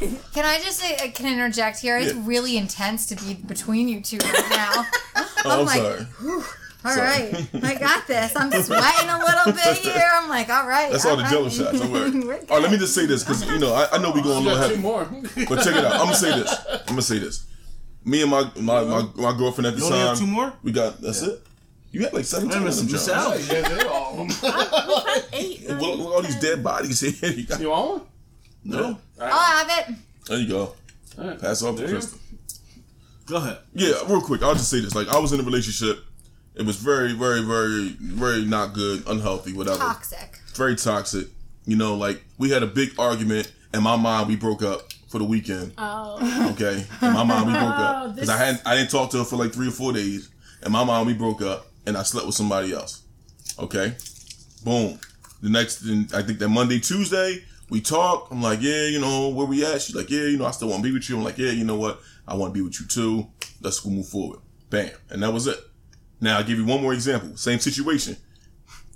S2: Can I just uh, can interject here? It's
S5: Yeah.
S2: really intense to be between you two right now.
S5: Oh, I'm
S2: like,
S5: sorry.
S2: All right, I got this. I'm sweating a little bit here. I'm like, all right.
S5: That's all the
S2: right.
S5: jello shots. Don't worry.
S2: We're
S5: All right, let me
S2: good.
S5: just say this because you know I, I know we going a
S6: you
S5: little
S6: got two
S5: heavy.
S6: more.
S5: But check it out. I'm gonna say this. I'm gonna say this. Me and my my, my, my girlfriend at the
S7: You only
S5: time.
S7: have two more?
S5: We got that's it. You had like seventeen.
S7: Miss-
S5: of them,
S7: Miss
S5: John.
S7: Al.
S6: yeah, they're all.
S4: Eight.
S5: Look, look at all these dead bodies here. You got,
S6: You want one?
S5: no.
S2: I'll have it.
S5: There you go. Pass off to
S6: There you
S5: Kristen.
S7: Go ahead.
S5: Yeah, real quick. I'll just say this. Like I was in a relationship. It was very, very, very, very not good, unhealthy, whatever.
S2: Toxic.
S5: Very toxic. You know, like we had a big argument. In my mind, we broke up for the weekend.
S4: Oh,
S5: Okay, in my mom we broke up because
S4: this-
S5: I hadn't I didn't talk to her for like three or four days. And my mom we broke up, and I slept with somebody else. Okay, boom. The next, then I think that Monday, Tuesday, we talk. I'm like, yeah, you know where we at? She's like, yeah, you know I still want to be with you. I'm like, yeah, you know what? I want to be with you too. Let's go move forward. Bam, and that was it. Now I'll give you one more example. Same situation.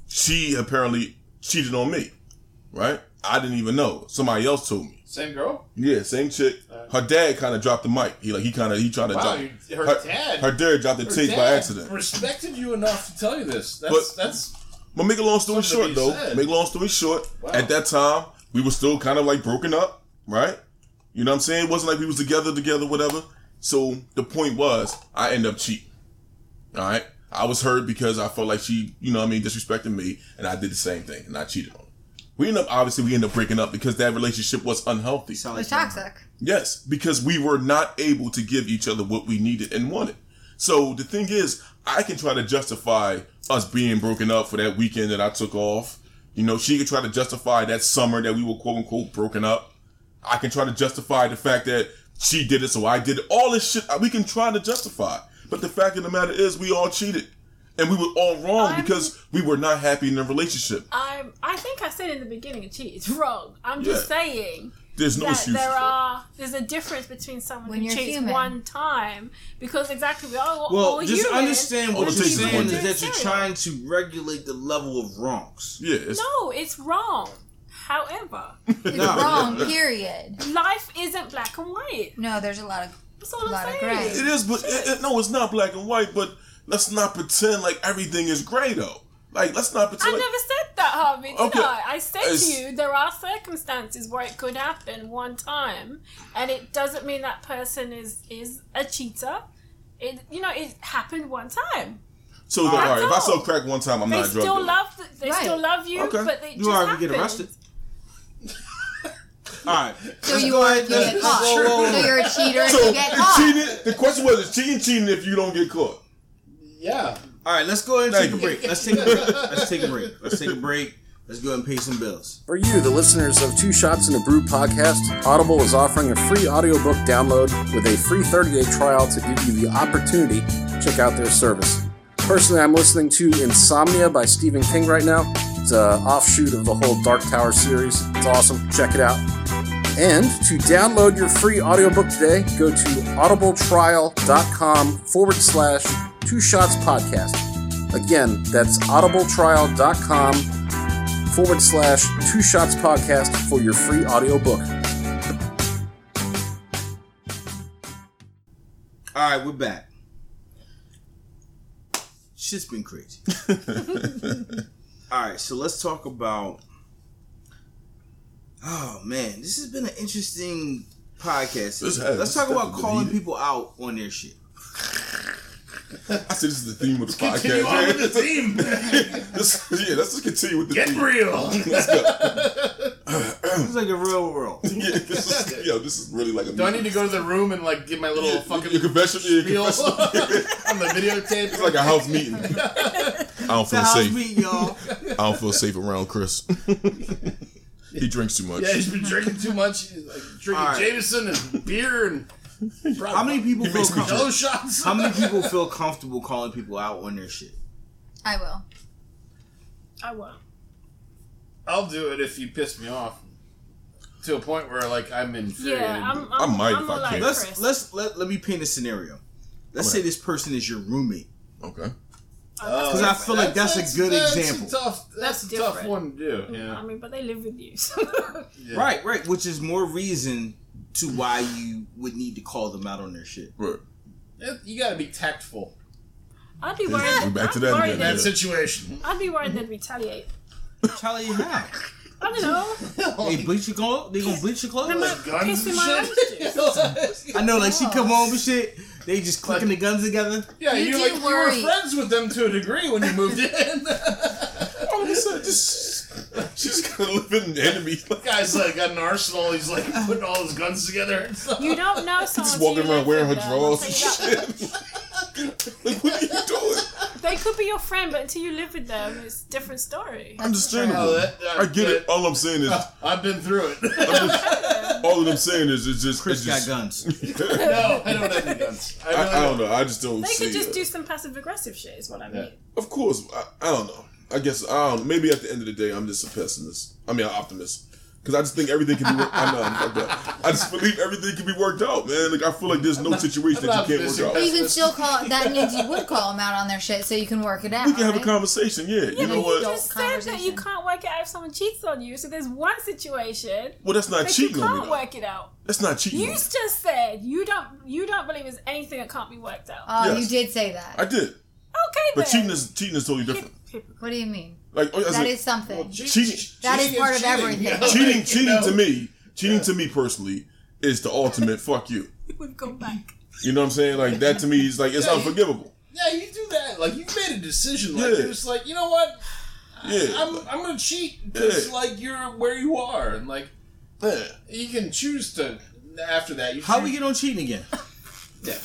S5: She apparently cheated on me, right? I didn't even know. Somebody else told me.
S6: Same girl?
S5: Yeah, same chick. Her dad kind of dropped the mic. He like he kind of he tried to
S6: Wow,
S5: drop.
S6: you- her dad-
S5: Her dad dropped the
S6: Her
S5: tape
S6: dad
S5: by accident.
S6: Respected you enough to tell you this. That's
S5: But-
S6: that's
S5: But make a long story short,
S6: Something to be
S5: though.
S6: said.
S5: Make a long story short.
S6: Wow.
S5: At that time, we were still kind of like broken up, right? You know what I'm saying? It wasn't like we was together, together, whatever. So the point was, I end up cheating. All right, I was hurt because I felt like she, you know, what I mean, disrespected me, and I did the same thing, and I cheated on her. We end up obviously we end up breaking up because that relationship was unhealthy.
S2: It was toxic.
S5: Yes, because we were not able to give each other what we needed and wanted. So the thing is, I can try to justify us being broken up for that weekend that I took off. You know, she could try to justify that summer that we were quote unquote broken up. I can try to justify the fact that she did it, so I did it. All this shit we can try to justify. But the fact of the matter is, we all cheated. And we were all wrong
S4: I'm-
S5: because we were not happy in the relationship.
S4: I'm. I think I said in the beginning, cheat is wrong. I'm just
S5: Yeah.
S4: saying.
S5: There's no
S4: that
S5: excuse.
S4: there are there's a difference between someone
S2: When
S4: who
S2: you're
S4: cheats
S2: human.
S4: one time because exactly we are all,
S7: Well,
S4: all
S7: just
S4: human.
S7: understand
S5: All
S7: what
S5: it
S7: you're
S5: takes is
S7: saying
S5: one
S7: is
S5: day.
S7: that you're trying to regulate the level of wrongs.
S5: yeah, it's,
S4: No, it's wrong. However,
S2: It's
S7: No.
S2: wrong. Period.
S4: life isn't black and white.
S2: No, there's a lot of
S4: That's all
S2: A lot
S4: I'm
S2: of
S4: saying.
S2: grey.
S5: It is, but it, it, no, it's not black and white. But let's not pretend like everything is gray, though. Like let's not
S4: I
S5: pretend. like,
S4: never said that, Harvey. Did
S5: Okay.
S4: I? I said
S5: It's-
S4: to you there are circumstances where it could happen one time, and it doesn't mean that person is is a cheater. It you know it happened one time.
S5: so like, all right, if I
S4: That's all.
S5: sell crack one time, I'm
S4: They
S5: not a drug
S4: still
S5: dealer.
S4: love th- they
S2: Right.
S4: still love you,
S5: Okay.
S4: but they
S7: You
S4: just
S7: are
S4: happened.
S7: gonna get arrested. All right.
S2: So you are you get caught.
S7: Whoa, whoa, whoa.
S2: So you're a cheater and
S5: So
S2: you get
S5: it's
S2: caught.
S5: cheating. The question was, is cheating cheating if you don't get caught?
S6: yeah.
S7: All right, let's go ahead and take a
S5: Thank you.
S7: break. Let's take a break. Let's take a break. Let's take a break. Let's go ahead and pay some bills.
S1: For you, the listeners of Two Shots and a Brew podcast, Audible is offering a free audiobook download with a free 30-day trial to give you the opportunity to check out their service. Personally, I'm listening to Insomnia by Stephen King right now. It's an offshoot of the whole Dark Tower series. It's awesome. Check it out. And to download your free audiobook today, go to audibletrial.com forward slash two shots podcast. Again, that's audibletrial.com forward slash two shots podcast for your free audiobook.
S3: All right, we're back. Shit's been crazy. All right, so let's talk about. Oh man, this has been an interesting podcast.
S5: This has.
S3: let's talk
S5: This
S3: about
S5: has been
S3: calling
S5: heated.
S3: people out on their shit.
S5: I said this is the theme of the
S6: Continue
S5: podcast.
S6: on
S5: man.
S6: with the theme.
S5: Let's- yeah, let's just continue with the
S6: Get
S5: theme.
S6: real.
S5: Let's go.
S3: It's like a real world.
S5: Yeah, this is, yo, this is really like a.
S6: Do I need to go to the room and like give my little
S5: Yeah,
S6: fucking
S5: your confession- yeah, your
S6: spiel
S5: confession.
S6: on the videotape?
S5: It's like a house meeting. I don't feel
S3: How's
S5: safe.
S3: me, y'all?
S5: I don't feel safe around Chris. he drinks too much.
S6: yeah, he's been drinking too much. He's, like drinking
S3: All right.
S6: Jameson and beer and
S3: How many people feel
S5: makes me
S3: comfortable?
S6: jello shots.
S3: How many people feel comfortable calling people out on their shit?
S2: I will.
S4: I won't.
S6: I'll do it if you piss me off to a point where like I'm infuriated.
S4: Yeah, I'm.
S5: I
S4: I'm,
S5: might
S4: I'm
S5: if I
S4: all
S5: can.
S4: like
S3: Let's
S4: Chris.
S3: let's let, let me paint a scenario. Let's
S5: What?
S3: say this person is your roommate.
S5: Okay.
S6: Oh,
S3: 'Cause I feel like that's a good
S6: that's
S3: example.
S6: A tough, that's,
S4: That's
S6: a tough
S4: different. Mm-hmm.
S6: one to
S4: I
S6: do. Yeah.
S4: mean, but they live with you. So.
S6: yeah.
S3: Right, right, which is more reason to why you would need to call them out on their shit.
S5: Right.
S6: It- You got to be tactful
S4: I'd be
S5: We're
S4: worried.
S5: back to
S4: I'd,
S5: that
S4: be worried
S5: again.
S6: in that
S5: Yeah.
S4: they'd,
S6: situation.
S4: I'd be worried they'd retaliate.
S3: Tell you how.
S4: I don't know.
S3: They bleach your clothes. They gonna bleach your
S4: They
S3: clothes.
S4: might piss
S6: guns
S4: in
S6: and
S4: my
S6: shit?
S4: own shoes.
S3: I know, like she come home and shit. They just clicking the guns together.
S6: yeah,
S2: You
S6: you,
S2: do
S6: like you were
S2: worry.
S6: friends with them to a degree when you moved in.
S5: All of a sudden, just she's kind of living enemy. Like,
S6: Guy's like got an arsenal. He's like putting all his guns together. and stuff.
S4: You don't know someone.
S5: just
S4: till you
S5: walking around
S4: live
S5: wearing her
S4: with them, I'll
S5: drawers
S4: tell
S5: and
S4: you that.
S5: shit. like, what are you doing?
S4: They could be your friend, but until you live with them, it's a different story.
S5: Understandable.
S6: Oh, that- that-
S5: I get it. All I'm saying is,
S6: I've been through it.
S5: all that I'm saying is, it's just.
S3: Chris
S5: It's
S3: got guns.
S5: just
S6: no, I don't have any guns. I,
S5: I,
S6: really
S5: I don't know. I just don't
S4: They
S5: see uh,
S4: could just
S5: it.
S4: do some passive aggressive shit, is what I mean.
S5: Of course, I, I don't know. I guess I don't. Maybe at the end of the day, I'm just a pessimist. I mean, an optimist. Because I just think everything can be. Worked, I know. I'm fucked up. I just believe everything can be worked out, man. Like I feel like there's no situation
S6: I'm
S5: that
S6: not
S5: you can't work
S6: missing
S5: out.
S2: But
S5: We
S2: you can still call. That means you would call them out on their shit, so you can work it out.
S5: can have a
S2: right?
S5: conversation. Yeah, you know
S2: but
S5: what?
S2: you don't-
S4: Just said that you
S2: Conversation.
S4: can't work it out if someone cheats on you. So there's one situation
S5: Well, that's not
S4: that you
S5: cheating on me.
S4: can't
S5: though.
S4: work it out.
S5: That's not cheating.
S4: You
S5: on me.
S4: just said you don't you don't believe there's anything that can't be worked out.
S2: Oh,
S5: Yes.
S2: you did say that.
S5: I did,
S4: okay, then.
S5: but cheating is cheating is totally different.
S2: what do you mean?
S5: Like oh,
S2: That is something.
S5: cheating.
S2: That is part of everything.
S5: Cheating, cheating to me, cheating to me personally is the ultimate. fuck you.
S4: We've gone back.
S5: You know what I'm saying? Like that to me is like it's
S6: Yeah, you-
S5: unforgivable.
S6: Yeah, you do that. Like you made a decision. Like
S5: Yeah.
S6: you're just like, you know what?
S5: Yeah,
S6: I'm I'm gonna cheat because
S5: Yeah.
S6: like you're where you are, and like
S5: yeah.
S6: you can choose to. After that, you
S3: How
S6: choose-
S3: we get on cheating again?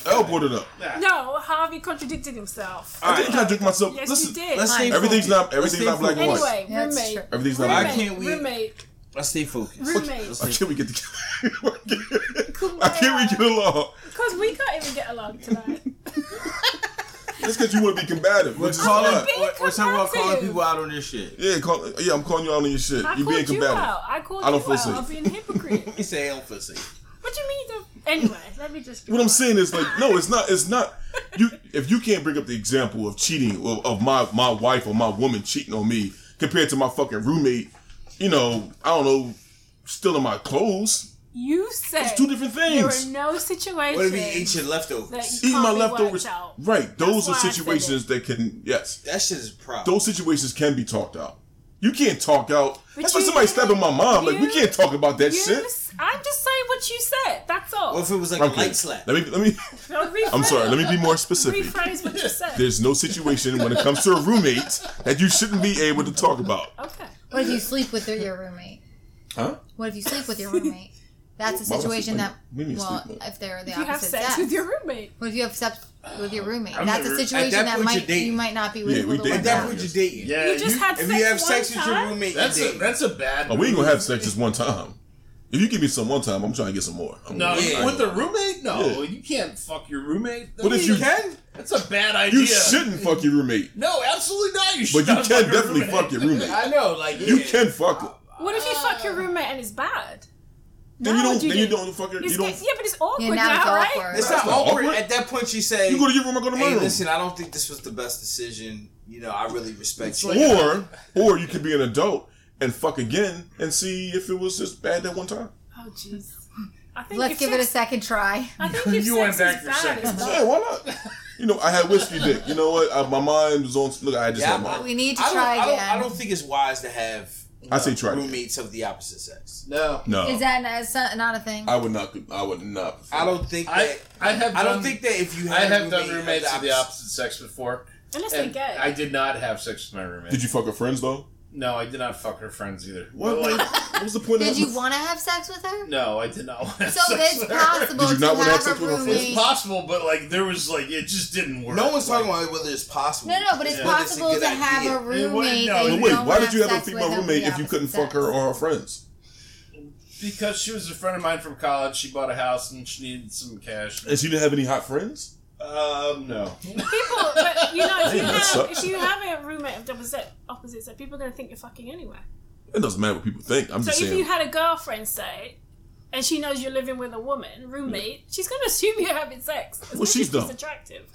S5: I'll put it up.
S4: No, Harvey contradicted himself.
S5: I didn't contradict myself.
S4: yes,
S5: Listen,
S4: you did.
S3: Let's stay focused.
S5: Everything's not-
S3: Let's
S5: everything's
S3: stay
S5: not black and
S3: focused.
S4: anyway,
S2: Yeah, it's
S4: roommate,
S2: true.
S5: Everything's not.
S4: roommate,
S5: I can't.
S3: can't we-
S4: roommate,
S3: Let's stay focused.
S4: roommate.
S5: I can't we get the. I
S4: Kumbaya.
S5: can't we get along?
S4: Because we can't even get along tonight.
S5: That's because you want to be combative. Which
S3: We're
S5: is
S3: calling.
S5: fine.
S4: being
S3: We're, we're talking about calling
S4: combative.
S3: people out on their shit.
S5: Yeah, call, yeah, I'm calling you out on your shit.
S4: I
S5: You're being
S4: called you
S5: combative.
S4: out. I called
S5: I don't
S4: you
S5: feel
S4: out.
S5: safe.
S4: I'm being a hypocrite.
S3: He say hell pussy.
S4: what do you mean? Though? Anyway, let me just.
S5: What I'm saying is like, no, it's not. It's not. You if you can't bring up the example of cheating of, of my my wife or my woman cheating on me compared to my fucking roommate, you know, I don't know, stealing my clothes.
S4: You said
S5: It's two different
S4: there are
S5: things.
S4: no situations.
S3: What if he ate your leftovers?
S4: that you
S5: Eating
S4: can't
S5: my
S4: be worked
S5: leftovers.
S4: out.
S5: Right. Those
S4: why I
S5: are
S4: said
S5: situations that can yes.
S3: That shit is a problem.
S5: those situations can be talked out. You can't talk out. That's why
S4: you-
S5: somebody stabbing my mom. like we
S4: you-
S5: can't talk about that
S4: You
S5: shit.
S4: s- I'm just saying what you said. That's all.
S3: What if it was like
S5: Okay.
S3: a light slap?
S5: Let me let me.
S4: Don't rephrase-
S5: I'm sorry. Let me be more specific.
S4: rephrase what you said.
S5: There's no situation when it comes to a roommate that you shouldn't be able to talk about.
S4: okay.
S2: What if you sleep with your roommate?
S5: Huh?
S2: What if you sleep with your roommate? That's a
S5: Why would I
S2: situation
S5: sleep
S2: that.
S5: with- what do you mean
S2: Well,
S5: sleep with?
S2: if they're the
S4: You have
S2: opposite
S4: sex
S2: sex.
S4: with your roommate.
S2: What if you have sex with your roommate? That's
S6: never-
S2: a
S6: at
S2: situation that,
S3: that point, you're
S2: might you
S3: dating.
S2: might not be
S5: Yeah,
S2: able
S5: we
S2: to
S5: dating.
S2: work
S3: At that
S2: out.
S3: point, you're dating.
S6: Yeah,
S4: You just
S3: If
S4: had sex
S3: you have
S4: one
S3: sex with your
S4: time?
S3: roommate, you're
S6: That's a
S3: dating.
S6: that's a bad.
S5: Oh, we ain't gonna have sex just one time. If you give me some one time, I'm trying to get some more. I'm
S6: No,
S5: gonna-
S3: Yeah.
S6: with the roommate, no, you can't fuck your roommate.
S5: What if you can?
S6: That's a bad idea.
S5: You shouldn't fuck your roommate,
S6: No, absolutely not. You
S5: but
S6: should.
S5: you
S6: not
S5: can
S6: your
S5: definitely
S6: roommate.
S5: fuck your roommate.
S6: I know, like
S5: You
S6: yeah.
S5: can fuck her.
S4: What if you fuck your roommate and it's bad?
S5: Then you
S4: Now
S5: don't.
S4: what you
S5: then you
S4: do?
S5: don't fucking.
S4: It's
S5: You
S4: get-
S5: don't.
S4: yeah, but it's awkward
S2: Yeah, now
S4: now,
S2: it's
S4: right?
S2: awkward.
S3: It's not
S5: That's not
S3: awkward.
S5: awkward.
S3: At that point, you say,
S5: You go to your room. I go to my
S3: "Hey,
S5: room.
S3: listen, I don't think this was the best decision. You know, I really respect you."
S5: Or or you could be an adult and fuck again and see if it was just bad that one time.
S4: Oh, jeez. I think
S2: Let's
S4: if
S2: give it a
S4: sex-
S2: second try.
S4: I think if
S6: You
S4: sex
S6: went
S4: is
S6: back for
S4: bad,
S6: seconds.
S4: it's
S5: Hey,
S4: not-
S5: why not? You know, I had whiskey dick. You know what? I, my mind was on. Look, I just
S3: Yeah,
S5: had
S3: but-
S5: mine.
S2: We need to
S3: I don't,
S2: try
S3: I don't,
S2: again.
S3: I don't think it's wise to have you
S5: I say
S3: know,
S5: try again.
S3: roommates of the opposite sex.
S6: No.
S5: No,
S2: Is that not, it's not, not a thing?
S5: I would not. I would not.
S3: I don't think
S6: I,
S3: that.
S6: I have
S3: I don't
S6: done-
S3: think that if you
S6: I
S3: had
S6: have done
S3: roommate
S6: roommates of the opposite sex before.
S4: Unless they're
S6: And
S4: gay.
S6: I did not have sex with my roommate.
S5: Did you fuck her friends though?
S6: No, I did not fuck her friends either.
S5: What?
S6: But, like,
S5: what was the point?
S2: Did
S5: of
S2: you want to have sex with her?
S6: no, I did not want to have
S2: So
S6: sex
S2: it's
S6: with her.
S2: possible
S5: Did you not
S2: to
S5: wanna have
S2: have a
S5: sex with a friend?
S6: It's
S2: roommate.
S6: possible, but like there was like it just didn't work.
S3: No one's
S6: Like,
S3: talking about whether it's possible.
S2: No, no, but it's
S3: Whether a
S2: possible
S3: good
S2: to have
S3: idea.
S2: a roommate. that
S6: no, but
S5: But
S2: you
S5: wait,
S2: don't
S5: why
S2: wanna
S5: did you have a
S2: sex with
S5: female
S2: of the
S5: roommate if you
S2: opposite
S5: couldn't fuck
S2: sex?
S5: her or her friends?
S6: because she was a friend of mine from college. She bought a house and she needed some cash.
S5: And she didn't have any hot friends.
S6: Um, no.
S4: people, but you know, if you,
S5: Yeah, that
S4: have,
S5: sucks.
S4: if you have a roommate of the opposite, opposite sex, people are going to think you're fucking anyway.
S5: It doesn't matter what people think. I'm
S4: So
S5: just
S4: if you
S5: saying.
S4: had a girlfriend, say, and she knows you're living with a woman, roommate, she's going to assume you're having sex. especially
S5: Mm. she's
S4: if
S5: dumb.
S4: It's attractive.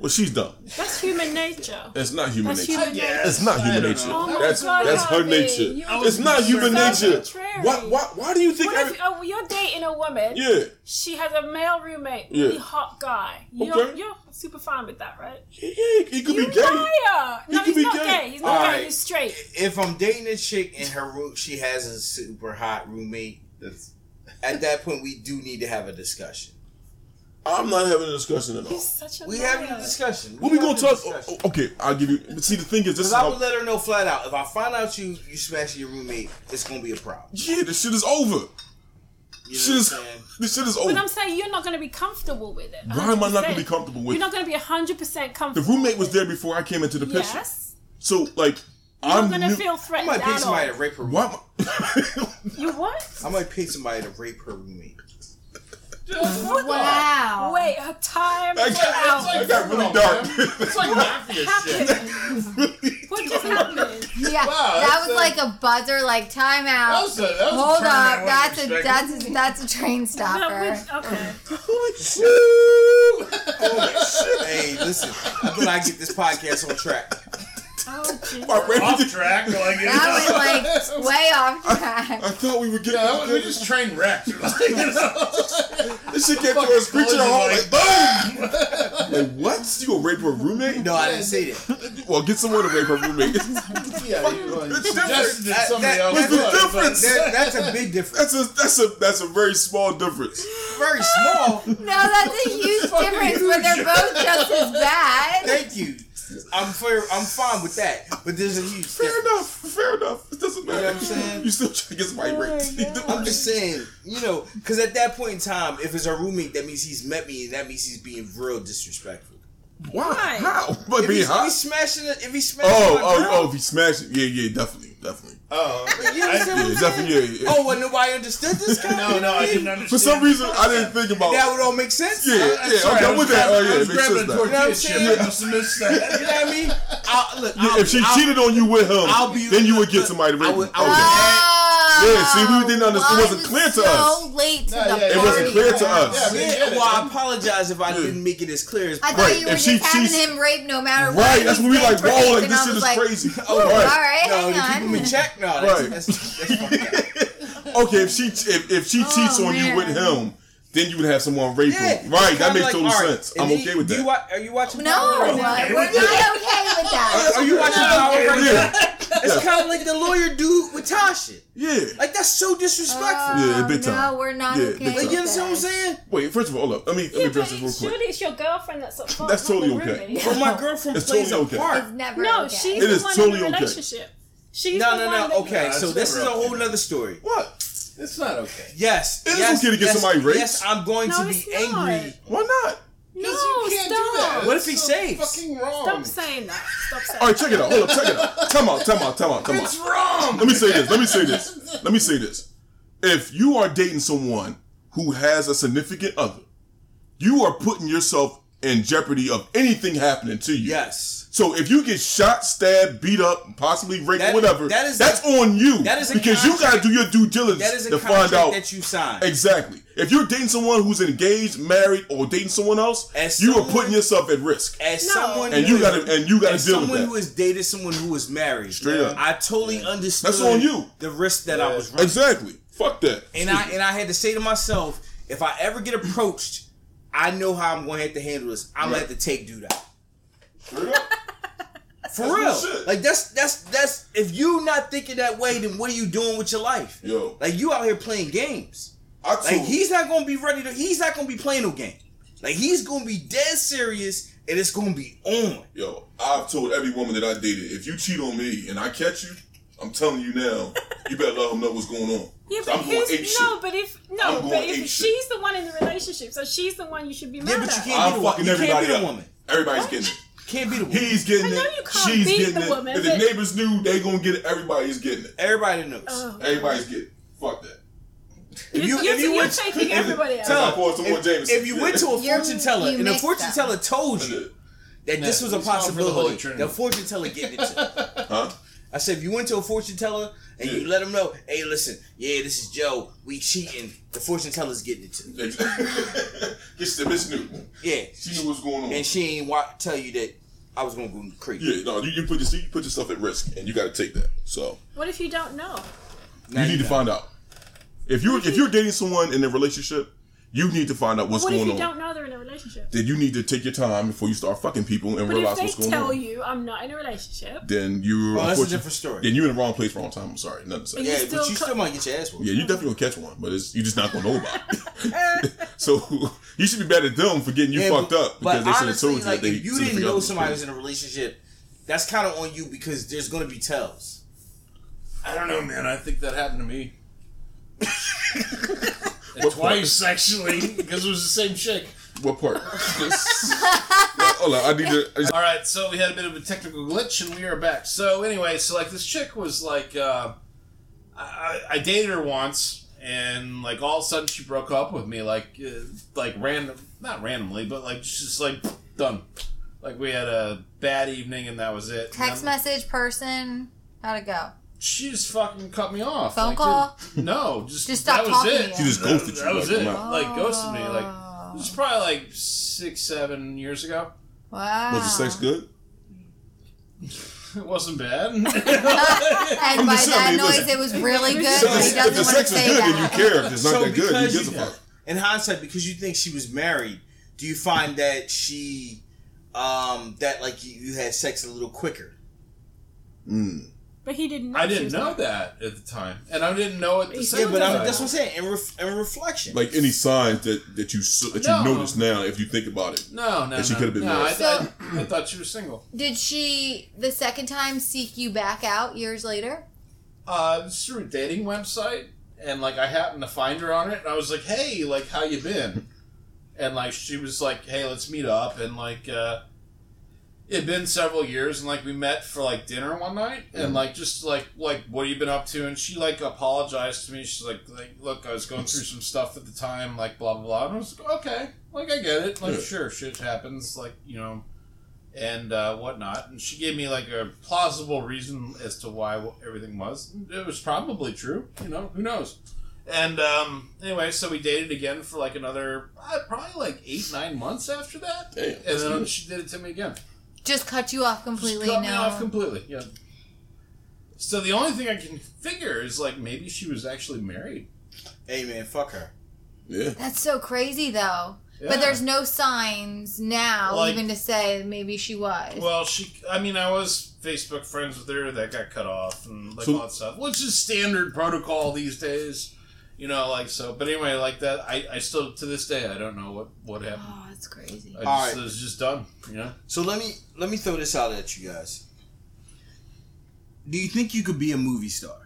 S5: well, she's dumb.
S4: That's human nature.
S5: It's not human
S4: That's
S5: nature.
S4: human nature.
S5: It's not
S6: I
S5: human
S6: don't
S5: nature.
S6: know.
S4: Oh my
S5: that's
S4: God,
S5: that's her
S4: Harvey,
S5: nature.
S4: you are
S5: It's not human
S4: so
S5: nature.
S4: contrary.
S5: Why, why why do you think?
S4: What
S5: Every,
S4: if oh, you're dating a woman?
S5: yeah,
S4: She has a male roommate,
S5: Yeah.
S4: really hot guy. You're,
S5: Okay.
S4: you're super fine with that, right?
S5: yeah, yeah, he could
S4: You
S5: be gay.
S4: liar!
S5: He
S4: No,
S5: could
S4: he's
S5: be
S4: not
S5: gay.
S4: gay. He's not gay.
S3: Alright.
S4: He's straight.
S3: If I'm dating a chick and her room, she has a super hot roommate.
S6: That's,
S3: At that point, we do need to have a discussion.
S5: I'm not having a discussion at all.
S4: He's such a
S3: We
S4: liar.
S3: having a discussion.
S5: What we gonna
S3: having a
S5: talk?
S3: discussion.
S5: oh, Okay, I'll give you. but See, the thing is, this
S3: Because
S5: is
S3: I
S5: how.
S3: would let her know flat out. If I find out you you smashing your roommate, it's gonna be a problem.
S5: Yeah, this shit is over.
S3: You
S5: This
S3: know what
S5: shit
S3: I'm
S5: is.
S3: saying?
S5: This shit is over.
S4: But I'm saying you're not going to be comfortable with it.
S5: Why am I not gonna
S4: 100%?
S5: be comfortable with?
S4: You're not
S5: it?
S4: going to be 100%
S5: the
S4: comfortable.
S5: roommate was there before I came into the picture.
S4: Yes.
S5: So like,
S4: You're
S5: I'm
S4: going to
S5: new-
S4: feel
S3: I
S4: threatened
S3: might pick
S4: at all.
S3: somebody to rape her.
S5: Why? Am I-
S4: You what?
S3: I might pick somebody to rape her roommate.
S2: Wow.
S4: Wait, her time
S5: I
S4: was
S5: got,
S4: out.
S5: I got really dark.
S6: it's like mafia shit.
S4: What just happened?
S2: Yeah,
S6: Wow,
S2: that
S6: that's
S2: was
S6: a-
S2: like a buzzer, like time
S6: That
S2: out.
S6: was a- that was a
S2: Hold
S6: turn I
S2: up,
S6: wasn't
S2: that's a that's a,
S6: expecting.
S2: that's a train
S4: No,
S2: stopper.
S4: which- okay.
S3: hey, listen, I'm gonna get this podcast on track.
S4: Oh, Jesus.
S5: My brain
S6: off
S5: just-
S6: track. Like,
S2: That was like way off track.
S5: I thought we were getting.
S6: Yeah, we just train wrecked. Like, you know?
S5: this shit came to us screeching
S6: Fucking
S5: home
S6: closing
S5: like, boom. like what? You gonna rape her roommate?
S3: No, Oh, I didn't say that.
S5: Well, get someone to rape her roommate.
S6: yeah, you like,
S5: It's
S6: suggested that
S3: That-
S6: somebody
S3: that-
S6: else.
S5: What's the
S6: does, but-
S5: difference?
S3: That- that's a big difference.
S5: That's a that's a that's a very small difference.
S3: Very small.
S2: No, that's a huge difference, but they're both just as bad.
S3: Thank you. I'm fair, I'm fine with that, but there's a huge
S5: Fair
S3: difference.
S5: enoff. Fair enough. It doesn't matter.
S3: know what I'm saying?
S5: You still trying to get somebody raped.
S3: I'm just saying, you know, because at that point in time, if it's a roommate, that means he's met me, and that means he's being real disrespectful.
S5: Why?
S4: Why?
S5: How? But
S3: If he's,
S5: being
S3: if
S5: hot.
S3: he's smashing it, if he's smashing
S5: Oh,
S3: my
S5: oh,
S3: girl,
S5: oh! If he smashed it, yeah, yeah, definitely, definitely.
S6: Oh, okay.
S3: you know what I'm saying?
S5: Yeah, definitely, yeah, yeah.
S3: Oh, and nobody understood this. Kind
S6: no, no, I didn't understand.
S5: For some reason, I didn't think about.
S3: That would all make sense.
S5: Yeah,
S3: I- I'm
S5: yeah,
S3: sorry,
S5: okay,
S3: I
S5: I'm
S3: was
S5: with that.
S3: grabbing-
S5: Oh yeah, it makes senes
S6: grabbing a
S5: now.
S3: know what
S6: tortilla
S3: I'm
S6: chip.
S3: saying?
S6: I must have missed
S3: You
S6: that.
S3: know what I mean? I'll, look,
S5: Yeah,
S3: I'll,
S5: if she
S3: I'll-
S5: cheated on you with him,
S3: I'll be-
S5: then you would get somebody
S3: I
S5: to rape
S3: would-
S5: you.
S3: I would-
S5: Okay.
S2: Oh,
S5: Yeah, see, we didn't understand- it wasn't clear to
S2: so
S5: us.
S2: late to
S6: No,
S2: the
S6: yeah,
S5: It
S6: yeah,
S5: wasn't
S2: party.
S5: clear to us.
S6: Yeah, we didn't
S3: Yeah,
S6: get it.
S3: well, I apologize if I
S5: Yeah.
S3: didn't make it as clear as
S2: I thought
S5: Right,
S2: you were just
S5: if she-
S2: having
S5: she's-
S2: him rape no matter what.
S5: Right, that's when we like, whoa, like this shit is crazy.
S2: all
S5: right.
S2: right,
S3: No, to keep
S2: hang
S3: him
S2: on.
S3: in check. No, that's,
S5: Right.
S3: that's, that's fucked up.
S5: Okay, if she if, if she cheats on you with
S2: man.
S5: him, then you would have someone rape
S3: Oh, Yeah,
S5: him. Right,
S3: it's
S5: that
S3: kinda
S5: makes
S3: like,
S5: total
S3: all right,
S5: sense.
S3: and
S5: I'm
S3: then
S5: okay
S3: you-
S5: with
S3: do You,
S5: that.
S3: wa- are you watching?
S2: No,
S3: Power
S2: we're
S3: right now?
S2: not okay with that.
S3: Are you watching Power right now? It's
S5: Yeah.
S3: kind of like the lawyer dude with Tasha.
S5: Yeah.
S3: Like that's so disrespectful.
S5: Yeah, big time.
S2: Um, No, we're not
S5: Yeah,
S2: Oh, okay.
S5: big
S3: like
S2: with
S3: you understand what I'm
S2: that.
S3: saying?
S5: Wait, first of all, hold up. Let me let
S4: Yeah,
S5: me address
S4: but
S5: this
S4: it-
S5: real quick.
S4: surely it's your girlfriend that's at fault.
S5: That's
S4: not the
S5: totally okay.
S4: roommate.
S3: But my girlfriend
S5: It's
S3: plays
S5: totally okay.
S3: a part.
S2: It's never
S4: No,
S2: okay.
S4: she's
S5: It
S4: the
S5: is
S4: one
S5: totally
S4: in the
S5: okay.
S4: relationship. She's
S3: No,
S4: the
S3: no,
S4: one
S3: no.
S4: that-
S3: Okay,
S6: Nah,
S3: so
S6: it's
S3: this is a
S6: never
S3: whole
S6: okay.
S3: nother story.
S5: What?
S6: It's not okay.
S3: Yes,
S5: It is
S3: yes,
S5: okay to get
S3: yes,
S5: somebody raped.
S3: Yes, I'm going
S4: No,
S3: to
S4: it's
S3: be
S4: not.
S3: angry.
S5: Why not?
S4: No,
S6: you can't do that.
S4: stop.
S3: What if he
S6: That's so
S3: saves?
S6: Fucking wrong.
S4: Stop saying that. Stop saying
S5: All right, check it out. Hold up, check it out. Time out, time out, time out, time
S6: It's
S5: out.
S6: wrong.
S5: Let me say this. Let me say this. Let me say this. If you are dating someone who has a significant other, you are putting yourself in jeopardy of anything happening to you.
S3: Yes.
S5: So if you get shot, stabbed, beat up, possibly raped,
S3: That-
S5: whatever,
S3: that is-
S5: that's on you.
S3: that is a
S5: because you
S3: contract-
S5: gotta do your due diligence
S3: That is a
S5: to
S3: contract
S5: find out
S3: that you sign.
S5: exactly. If you're dating someone who's engaged, married, or dating someone else,
S3: As
S5: you are
S3: someone-
S5: putting yourself at risk.
S3: As
S4: No.
S3: someone
S5: And you
S3: who-
S5: gotta- and you gotta
S3: as
S5: deal with
S3: someone
S5: that.
S3: who has dated someone who was married.
S5: Straight up.
S3: I totally understood.
S5: That's on you.
S3: The risk that I was running.
S5: Exactly. Fuck that.
S3: And I and I had to say to myself, if I ever get approached, I know how I'm going to have to handle this. I'm going to have to take dude out.
S5: Straight up.
S3: For
S5: That's real
S3: real.
S5: shit.
S3: Like that's that's that's if you not thinking that way, then what are you doing with your life?
S5: Yo.
S3: Like you out here playing games.
S5: I
S3: Like
S5: told-
S3: he's not gonna be ready to he's not gonna be playing no game. Like he's gonna be dead serious and it's gonna be on.
S5: Yo, I've told every woman that I dated, if you cheat on me and I catch you, I'm telling you now, you better let them know what's going on.
S4: Yeah,
S5: 'Cause
S4: but
S5: I'm going
S4: who's,
S5: ape
S4: no,
S5: shit.
S4: but if
S5: I'm
S4: no,
S5: going
S4: but if
S5: ape
S4: she's
S5: shit.
S4: the one in the relationship, so she's the one you should be mad
S3: Yeah, but you
S4: at.
S3: can't
S5: I'm
S3: be the
S5: fucking
S3: one. You can't
S5: everybody
S3: be the
S5: up.
S3: woman.
S5: Everybody's getting it.
S3: Can't be the woman.
S5: He's getting
S4: I know you
S5: it.
S4: can't
S5: She's
S4: beat
S5: getting
S4: the
S5: it.
S4: woman,
S5: if the
S4: but-
S5: neighbors knew, they gonna get it. Everybody's getting it.
S3: Everybody knows.
S4: Oh,
S5: Everybody's getting it. Fuck that.
S4: you're,
S3: you-
S4: you,
S3: if you
S4: are
S3: went-
S4: taking everybody out.
S5: Tell-
S3: Tell
S5: I poured some more
S3: if,
S5: Jameson.
S3: if you went to a
S2: You're-
S3: fortune teller
S2: you
S3: and the
S2: mixed
S3: fortune
S2: up.
S3: teller told you that this was a
S6: It's not for the Holy
S3: possibility,
S6: Trinity.
S3: the fortune teller getting it. to-
S5: Huh?
S3: I said, if you went to a fortune teller and you
S5: Yeah.
S3: let them know, hey, listen, yeah, this is Joe. We cheating. The fortune teller's getting it to you.
S5: Ex- It's the bitch knew.
S3: Yeah,
S5: She knew what's going on.
S3: and she ain't wa- tell you that I was gonna go crazy.
S5: yeah, no, you, you put your, you put yourself at risk, and you got to take that. So
S4: What if you don't know?
S3: Now
S5: you need to
S3: know.
S5: find out if you if you're dating someone in a relationship, you need to find out what's
S4: What if
S5: going
S4: you
S5: on.
S4: don't know they're in a relationship?
S5: then you need to take your time before you start fucking people and
S4: But
S5: realize what's
S4: if they
S5: going
S4: tell
S5: on.
S4: you I'm not in a relationship,
S5: Then
S3: Well,
S5: you're
S3: Oh, that's a
S5: unfortunate-
S3: different story.
S5: Then you're in the wrong place, wrong time. I'm sorry, nothing to say.
S4: But
S3: Yeah,
S4: You
S3: but
S4: still
S3: you
S4: co-
S3: still might get your ass whooped.
S5: Yeah, you definitely gonna catch one, but it's, you're just not gonna know about it. so you should be better at them for getting you
S3: Yeah,
S5: fucked
S3: but-
S5: up because
S3: but
S5: they should have
S3: honestly,
S5: told you
S3: like,
S5: that they
S3: if you
S5: should have
S3: didn't
S5: figured out
S3: know
S5: this
S3: somebody was in
S5: was
S3: a relationship, that's kind of on you because there's gonna be tells.
S6: I don't know, man. I think that happened to me.
S5: What
S6: Twice, actually, because it was the same chick.
S5: What part? Hold on, I need to. I just-
S6: All right, so we had a bit of a technical glitch, and we are back. So anyway, so like this chick was like, uh, I, I I dated her once, and like all of a sudden she broke up with me, like uh, like random, not randomly, but like she's just like done. Like we had a bad evening, and that was it.
S2: Text
S6: And I'm-
S2: message, person, how'd it go?
S6: She just fucking cut me off.
S2: Phone
S6: Like,
S2: call?
S6: dude, No, just
S2: Just stop
S6: that
S2: talking
S6: Was
S2: to you.
S6: it.
S5: She just ghosted you,
S6: That was
S5: like,
S6: it.
S5: come out.
S6: Like ghosted me. Like
S2: Oh.
S6: it was probably like six, seven years ago.
S2: Wow.
S5: was the sex good?
S6: It wasn't bad.
S2: And by
S5: just saying, I
S2: that
S5: mean,
S2: noise,
S5: listen.
S2: it was really good,
S5: So
S2: but he
S5: if
S2: doesn't
S5: the
S2: want to
S5: sex is
S2: say
S5: good, then you
S2: that.
S5: care. If it's not
S3: So
S5: that good,
S3: because
S5: who gives a
S3: you-
S5: fuck?
S3: in hindsight, because you think she was married, do you find that she um that like you, you had sex a little quicker?
S5: Mm.
S4: but he didn't. Know
S6: I
S4: she
S6: didn't
S4: was
S6: know
S4: married.
S6: that at the time, and I didn't know it. The
S4: Yeah,
S3: Yeah,
S6: second
S3: but I
S6: time.
S3: mean, that's what I'm saying. In, ref, in reflection,
S5: Like any signs that that you s- that you
S6: No.
S5: notice now, if you think about it.
S6: no, no,
S5: That she
S6: no,
S5: could've been
S6: no. I,
S5: married.
S6: I, I thought she was single.
S2: Did she, the second time, seek you back out years later?
S6: Uh, it was through a dating website, and like I happened to find her on it, and I was like, "Hey, like, how you been?" And like she was like, "Hey, let's meet up," and like uh, it had been several years, and like we met for like dinner one night, and like just like like what have you been up to? And she like apologized to me. She's like, like, "Look, I was going through some stuff at the time, like blah blah blah." And I was like, "Okay, like I get it, like
S5: Yeah.
S6: sure, shit happens, like you know." and uh, whatnot. And she gave me like a plausible reason as to why wh- everything was. It was probably true, you know. Who knows? And um, anyway, so we dated again for like another uh, probably like eight nine months after that.
S5: Damn,
S6: and
S5: that's
S6: then
S5: good.
S6: she did it to me again.
S2: Just cut you off completely.
S6: Just cut
S2: no.
S6: me off completely. Yeah. So the only thing I can figure is like maybe she was actually married.
S3: hey man, fuck her.
S5: Yeah.
S2: That's so crazy, though.
S6: Yeah.
S2: But there's no signs now,
S6: Like-
S2: even to say maybe she was.
S6: Well, she. I mean, I was Facebook friends with her. That got cut off and like
S5: So-
S6: all that stuff, which is standard protocol these days. You know, like so. But anyway, like that. I, I still to this day I don't know what what happened.
S2: oh, that's crazy.
S6: I just,
S3: Alright.
S6: It was just done. You know.
S3: So let me let me throw this out at you guys. Do you think you could be a movie star?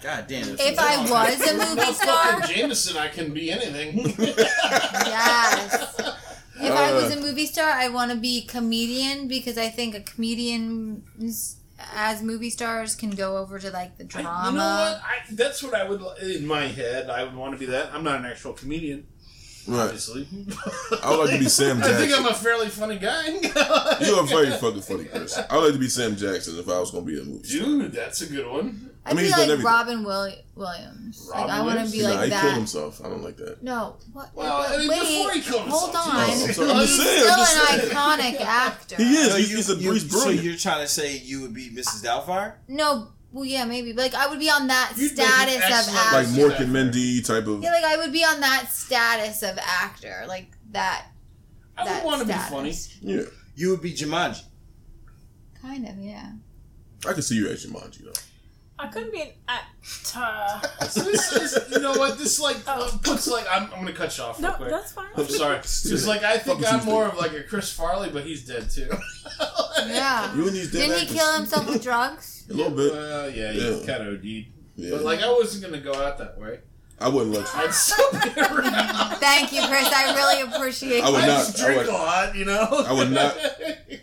S3: God damn it.
S2: If I was a movie
S6: Fucking
S2: star,
S6: Jameson, I can be anything.
S2: yes. If I was a
S5: Uh.
S2: movie star, I want to be comedian because I think a comedian as movie stars can go over to like the
S6: I-
S2: drama.
S6: You know what? I, that's what I would li- in my head. I would want to be that. I'm not an actual comedian,
S5: Right.
S6: obviously.
S5: I would like to be Sam
S6: I think
S5: Jackson.
S6: I'm a fairly funny guy.
S5: You're a very fucking funny person. I would like to be Sam Jackson if I was gonna be in a movie.
S6: Dude, that's a good one.
S2: I'd
S5: mean,
S2: be
S5: he's done
S2: like
S5: everything.
S2: Robin Willi- Williams.
S6: Robin
S2: like I want
S6: Williams?
S2: to be
S5: nah,
S2: like
S5: he
S2: that.
S5: killed himself. I don't like that.
S2: No, what?
S6: Well,
S2: but
S6: I mean,
S2: wait,
S6: before he killed
S2: hold
S6: himself,
S2: on.
S6: Jesus.
S2: He's
S5: I'm sorry. I'm just saying,
S2: still
S5: I'm just
S2: an
S5: saying.
S2: iconic actor.
S5: He is.
S7: So
S5: he's,
S7: you-
S5: he's a
S7: you-
S5: he's
S7: so
S5: brilliant.
S7: you're trying to say you would be Mrs. Doubtfire?
S2: No, well, yeah, maybe. But, like I would be on that
S6: You'd make an
S2: status of
S6: excellent-
S2: actor.
S5: like
S6: more-
S5: Mork and Mindy type of.
S2: yeah, like I would be on that status of actor, like that.
S6: I
S2: that
S6: would want to be
S2: status.
S6: funny.
S5: Yeah,
S7: You would be Jumanji.
S2: Kind of, yeah.
S5: I can see you as Jumanji though.
S4: I couldn't be an actor.
S6: So this is, you know what? This like uh, puts like I'm, I'm gonna cut you off real
S4: No,
S6: quick.
S4: that's fine.
S6: I'm sorry. Just like I think
S5: Fucking
S6: I'm more of like a Chris Farley, but he's dead too.
S2: Yeah.
S5: You and these dead
S2: Didn't he
S5: actors.
S2: kill himself with drugs?
S5: A little bit.
S6: Well, yeah,
S5: Yeah.
S6: you kind of OD'd.
S5: Yeah.
S6: But like I wasn't gonna go out that way.
S5: I wouldn't let you.
S6: I'd still be around.
S2: Thank you, Chris. I really appreciate.
S5: I would
S6: I
S5: not.
S6: just
S5: I
S6: drink
S5: would,
S6: a lot, you know. I
S5: would not-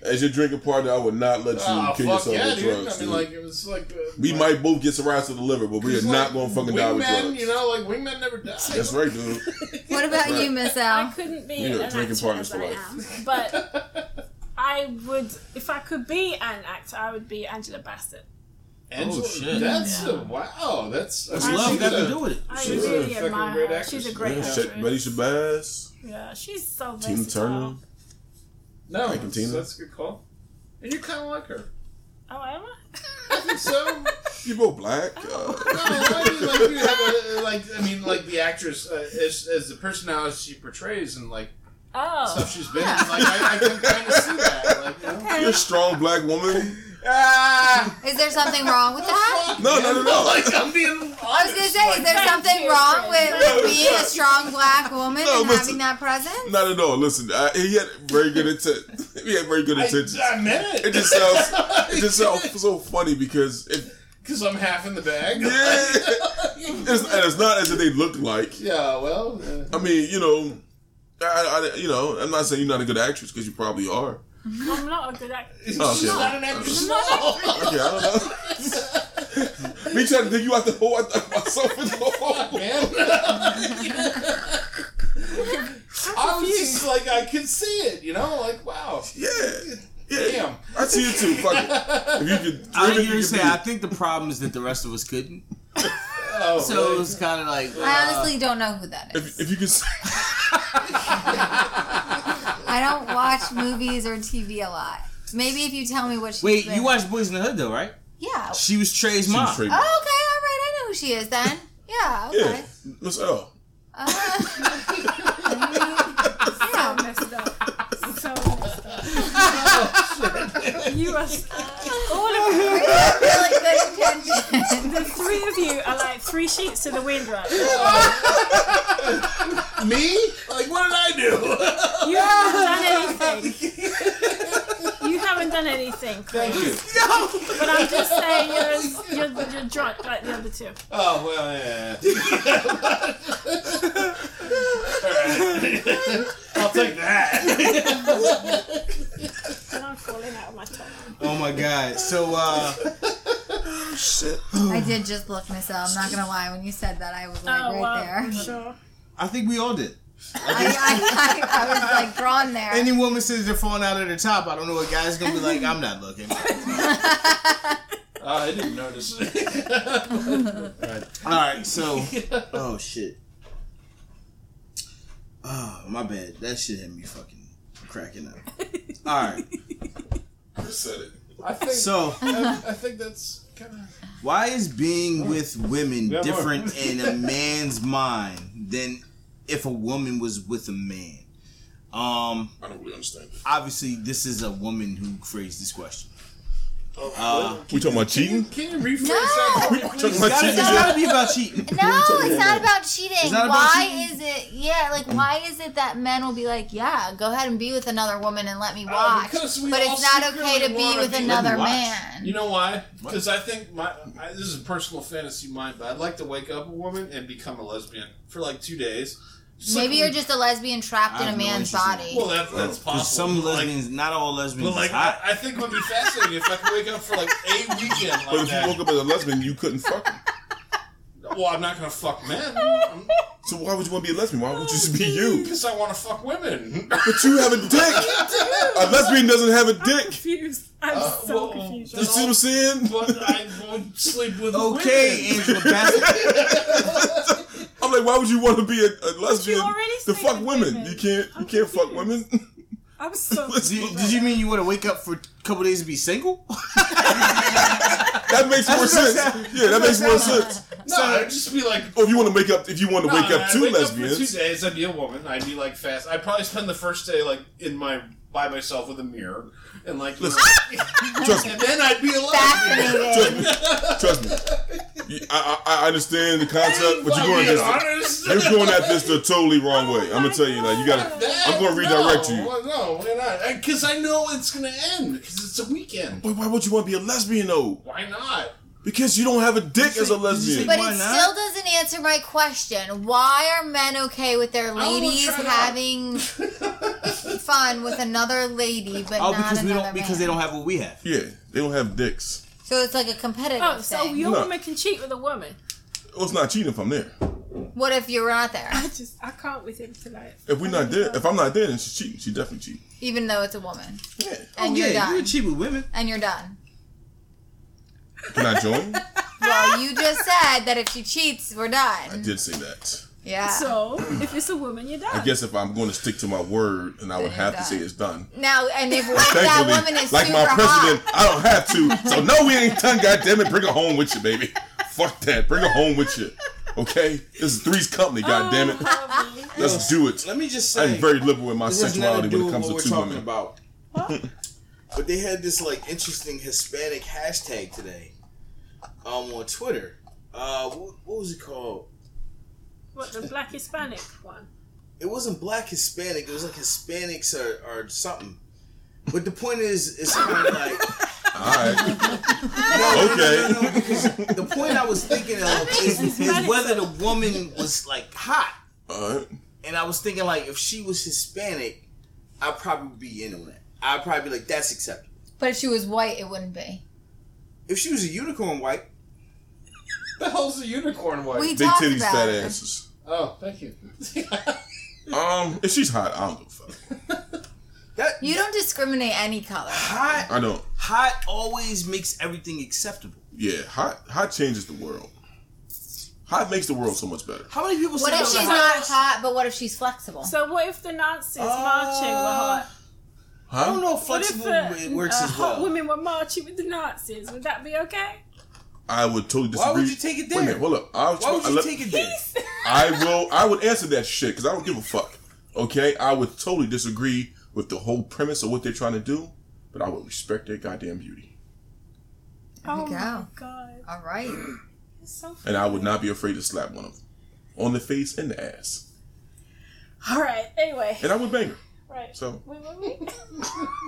S5: as your drinking partner, I would not let you
S6: oh
S5: kill
S6: fuck
S5: yourself
S6: yeah,
S5: with
S6: dude!
S5: drugs.
S6: I
S5: dude.
S6: mean, like it was like uh,
S5: we
S6: like,
S5: might both get cirrhosis of the liver, but we are
S6: it's
S5: not
S6: like
S5: gonna fucking die with
S6: wingmen,
S5: drugs.
S6: You know, like wingmen never die.
S5: That's right, dude.
S2: What about you, Miss
S4: I
S2: L?
S4: couldn't be
S5: We
S4: an
S5: are drinking
S4: actor
S5: partners
S4: as
S5: for
S4: I
S5: life.
S4: am, but I would, if I could be an actor, I would be Angela Bassett.
S6: Angela,
S7: Oh, shit.
S6: That's a, wow. That's I
S7: It's
S6: mean,
S7: love
S6: she's
S7: got to
S6: a-
S7: do with it.
S4: I
S6: She's a
S4: really
S6: fucking
S4: admire
S6: great
S4: her.
S6: actress.
S4: She's a great
S5: Yeah,
S4: actress.
S5: shit, Betty Shabazz,
S4: Yeah, she's so
S5: Tina
S4: versatile.
S5: Turner.
S6: No,
S5: Like Tina?
S6: that's, that's a good call. And you kind of like her.
S4: Oh, am
S6: I think so. no,
S5: You both black.
S6: Oh.
S5: Uh,
S6: I mean, like, you have a, like, I mean, like the actress, uh, as, as the personality she portrays and, like,
S4: I?
S6: stuff she's been
S2: Oh, Yeah.
S6: in, like, I, I can kind of see that. Like, you know?
S5: Uh, you're a strong black woman.
S6: Ah!
S2: Is there something wrong with that?
S5: No, no, no, no.
S6: like, I'm being
S2: I was gonna
S6: honest.
S2: say, is there
S4: Thank
S2: something
S4: you,
S2: wrong with
S4: Chris.
S5: No,
S2: being a
S5: it's
S2: strong black woman
S5: No,
S2: and having
S5: listen.
S2: that presence?
S5: Not at all. Listen, I, he had very good intent. He had very good intentions.
S6: I, I meant
S5: It
S6: it.
S5: just sounds, it just sounds so funny because it,
S6: Because I'm half in the bag.
S5: yeah, it's, and it's not as if they look like.
S6: Yeah, well, uh,
S5: I mean, you know, I, I, you know, I'm not saying you're not a good actress because you probably are.
S4: I'm not a good actor.
S6: she's
S5: Oh, Okay.
S6: not an actress at all.
S5: Okay, I don't know. Me trying to dig you out the hole, I dug myself in the hole.
S6: man. I was just like, I could see it, you know, like, wow.
S5: Yeah, yeah.
S6: Damn. Oh,
S5: I see you too. Fuck it. If you could,
S7: I
S5: even if
S7: hear you say.
S5: could
S7: I
S5: be-
S7: think the problem is that the rest of us couldn't.
S6: Oh,
S7: So it
S6: really?
S7: was kind of like. uh,
S2: I honestly don't know who that is.
S5: if, if you could, say-
S2: I don't watch movies or TV a lot. Maybe if you tell me what she's
S7: Wait,
S2: been-
S7: you watched Boys in the Hood though, right?
S2: Yeah.
S7: She was Trey's mom.
S5: Trey,
S2: Oh, okay, all right, I know who she is then. Yeah,
S5: yeah,
S2: okay.
S5: Miss L.
S2: Uh, I mean, yeah.
S4: Messed up. So messed
S2: Oh,
S4: up. you are all of you,
S2: Really good intention.
S4: the three of you are like three sheets to the wind, right?
S6: Me? Like, what did I
S4: You haven't done anything. You haven't done anything, Chris.
S6: do?
S4: But I'm just saying you're you're, you're drunk like the other two.
S6: oh, well, yeah. All right. I'll take that.
S4: And I'm falling out of my top.
S7: Oh my god. So uh
S2: I did just look myself. I'm not gonna lie. When you said that, I was like
S4: Oh
S2: right
S4: wow,
S2: there.
S4: sure.
S7: I think we all did.
S2: I, I, I, I was like drawn there.
S7: Any woman says they're falling out of the top, I don't know what guy's gonna be like, I'm not looking.
S6: Uh, I didn't notice.
S7: Alright, so Oh shit. Oh, my bad. That shit had me fucking cracking up. Alright.
S5: said it.
S6: I think,
S7: So
S6: I, I think that's kind of.
S7: why is being with women
S6: Yeah, more.
S7: different in a man's mind than if a woman was with a man? Um
S5: I don't really understand it.
S7: obviously this is a woman who phrased this question.
S5: We talking about cheating?
S6: Can you rephrase
S2: No!
S6: that?
S5: We talking
S7: It's
S5: about
S7: gotta,
S5: cheating?
S7: it's gotta be about cheating.
S2: No,
S5: talking
S2: it's not
S5: about?
S2: about cheating.
S7: not about
S2: why
S7: cheating?
S2: is it? Yeah, like why is it that men will be like, yeah, go ahead and be with another woman and let me watch,
S6: because we
S2: but
S6: all
S2: it's not okay to
S6: secretly
S2: be
S6: wanna
S2: with
S6: be-
S2: another
S7: Let me watch.
S2: man.
S6: You know why? Because I think my I, this is a personal fantasy of mine, but I'd like to wake up a woman and become a lesbian for like two days. Just
S2: Maybe
S6: like-
S2: you're just a lesbian trapped
S7: I
S2: in a
S7: have no
S2: man's
S7: interest in
S2: body.
S6: Well, that, that's possible.
S7: Because some
S6: but, like-
S7: lesbians, not all lesbians,
S6: but like,
S7: is hot.
S6: I, I think it would be fascinating if I could wake up for like a weekend
S5: But
S6: like
S5: if you woke
S6: that.
S5: up as a lesbian, you couldn't fuck him.
S6: Well, I'm not gonna fuck men. I'm-
S5: So why would you want to be a lesbian? Why would you just be you?
S6: Because I want to fuck women.
S5: But you have a dick. a lesbian doesn't have a dick.
S4: Confused. I'm
S6: Uh,
S4: so
S6: well,
S4: confused.
S5: You see what I'm saying?
S6: but I won't sleep with
S3: Okay,
S6: women.
S3: Angela Bassett.
S5: I'm like, why would you want to be a, a lesbian
S4: already
S5: to
S4: sleep
S5: fuck
S4: with
S5: women?
S4: women.
S5: You can't.
S4: I'm
S5: you can't fuck women.
S4: confused. I'm so
S5: Let's-
S3: did, did you mean you want to wake up for a couple days and be single?
S5: that makes more
S3: That's what I said.
S5: sense. Yeah, that makes more sense.
S6: No, I'd just be like,
S5: Or if you want to make up, if you want to wake
S6: Nah,
S5: up
S6: I'd
S5: two
S6: wake
S5: lesbians,
S6: for two days, I'd be a woman. I'd be like fast. I'd probably spend the first day like in my by myself with a mirror and like. you know,
S5: Trust me.
S6: and then I'd be a lesbian.
S2: Fascinating.
S5: Trust me. You- I, I, I understand the concept, but you're going
S6: Being
S5: at
S6: honest.
S5: this. You're going at this the totally wrong way. I'm gonna tell you like you gotta.
S6: That-
S5: I'm gonna redirect
S6: no,
S5: you.
S6: well, No, why not? Because I know it's gonna end. Because it's a weekend.
S5: But why would you want to be a lesbian though?
S6: Why not?
S5: Because you don't have a dick as a lesbian.
S2: But
S3: Why
S2: it
S3: not?
S2: still doesn't answer my question. Why are men okay with their
S6: wanna
S2: ladies
S6: try it out.
S2: having fun with another lady, but
S3: Oh,
S2: not
S3: because we
S2: another
S3: don't because they
S2: man?
S3: don't have what we have.
S5: Yeah, they don't have dicks.
S2: So it's like a competitive
S4: Oh, so
S2: thing.
S4: your
S5: No.
S4: woman can cheat with a woman.
S5: Well, it's not cheating if I'm there.
S2: what if you're not there,
S4: I just I can't with him tonight.
S5: If we're not there, if I'm not there, then she's cheating. She definitely cheating.
S2: even though it's a woman,
S5: Yeah.
S2: and
S3: Oh,
S2: you're
S3: yeah,
S2: done,
S3: you cheat with women.
S2: and you're done?
S5: Can I join?
S2: Well, you just said that if she cheats, we're
S5: I
S2: done.
S5: did say that.
S4: Ah.
S2: Yeah.
S4: So if it's a woman, you're done.
S5: I guess if I'm going to stick to my word, and I would
S2: Then
S5: have
S2: you're
S5: to say
S2: done.
S5: it's done.
S2: now, and if if that
S5: Thankfully,
S2: woman is
S5: like
S2: super
S5: my president,
S2: hot,
S5: I don't have to. So no, we ain't done. God damn it, bring her home with you, baby. Fuck that, bring her home with you. Okay, this is Three's Company. God damn it,
S4: Lovely.
S5: let's do it.
S3: Oh, Let me just say,
S5: I'm very liberal with my
S3: this has nothing to
S5: sexuality
S3: do with
S5: when it comes
S3: what
S5: to
S3: we're
S5: two
S3: talking
S5: women.
S3: about. but they had this like interesting Hispanic hashtag today, um, on Twitter. Uh, what, what was it called?
S4: What the black Hispanic one?
S3: It wasn't Black Hispanic. It was like Hispanics or, or something. But the point is, it's kind of like
S5: All right,
S3: no,
S5: Okay.
S3: okay. No, no, no, because the point I was thinking of is, is whether the woman was like hot.
S5: all right.
S3: And I was thinking like if she was Hispanic, I'd probably be in on that. I'd probably be like, that's acceptable.
S2: but if she was white, it wouldn't be.
S3: If she was a unicorn white,
S6: The hell's a unicorn white?
S2: We
S5: Big
S2: talked
S5: titties,
S2: about
S5: fat
S2: it.
S5: asses.
S6: Oh, thank you.
S5: Um, if she's hot, I don't give a fuck.
S3: that
S2: You don't discriminate any color.
S3: hot
S5: I don't.
S3: hot always makes everything acceptable.
S5: Yeah, hot hot changes the world. Hot makes the world so much better.
S3: How many people
S2: What
S3: say
S2: if she's
S3: that?
S2: not hot, but what if she's flexible?
S4: So what if the Nazis
S3: Uh,
S5: Ah,
S4: marching were hot?
S3: I don't
S5: Huh?
S3: know if
S4: What if
S3: flexible
S4: the,
S3: works
S4: uh,
S3: as
S4: hot
S3: well.
S4: women were marching with the Nazis? Would that be okay?
S5: I would totally disagree.
S3: Why would you take it
S5: Wait a
S3: there?
S5: minute, hold up. I was,
S3: Why would
S5: I
S3: you
S5: let-
S3: take it there?
S5: I will. I would answer that shit because I don't give a fuck. Okay, I would totally disagree with the whole premise of what they're trying to do, but I would respect their goddamn beauty,
S4: Oh
S2: we
S4: my
S2: go.
S4: god.
S2: All right.
S4: It's so
S5: and I would not be afraid to slap one of them on the face and the ass,
S4: Alright, anyway.
S5: and I would bang her.
S4: Right.
S5: So
S4: Wait, wait, wait.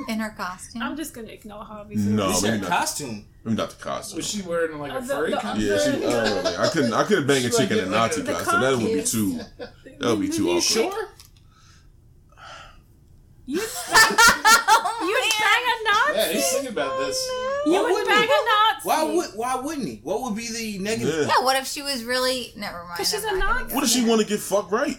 S2: In her costume.
S4: I'm just gonna ignore Harvey.
S5: no,
S3: Is
S5: maybe
S3: that a
S5: not.
S3: costume?
S5: Maybe not the costume.
S6: Was she wearing like
S4: Uh,
S6: a
S4: the-
S6: furry
S4: the-
S6: costume?
S5: yeah, she,
S4: uh,
S5: oh, man, I couldn't. I could have banged a chick in a Nazi
S4: The
S5: costume. That would be
S4: costume.
S5: too. That would be too awkward.
S4: Sure. You,
S2: oh,
S4: you bang a
S6: Yeah,
S4: Nazi?
S6: he's thinking about this.
S4: You
S3: Why
S4: would
S3: wouldn't
S4: bang
S3: he?
S4: a Nazi.
S3: Why would why wouldn't he? What would be the negative?
S5: Yeah.
S2: Yeah, what if she was really? Never mind.
S4: 'Cause she's
S2: I'm
S4: a
S2: not gonna
S4: Nazi.
S2: go
S5: What Oh, does she
S2: there.
S5: want to get fucked right?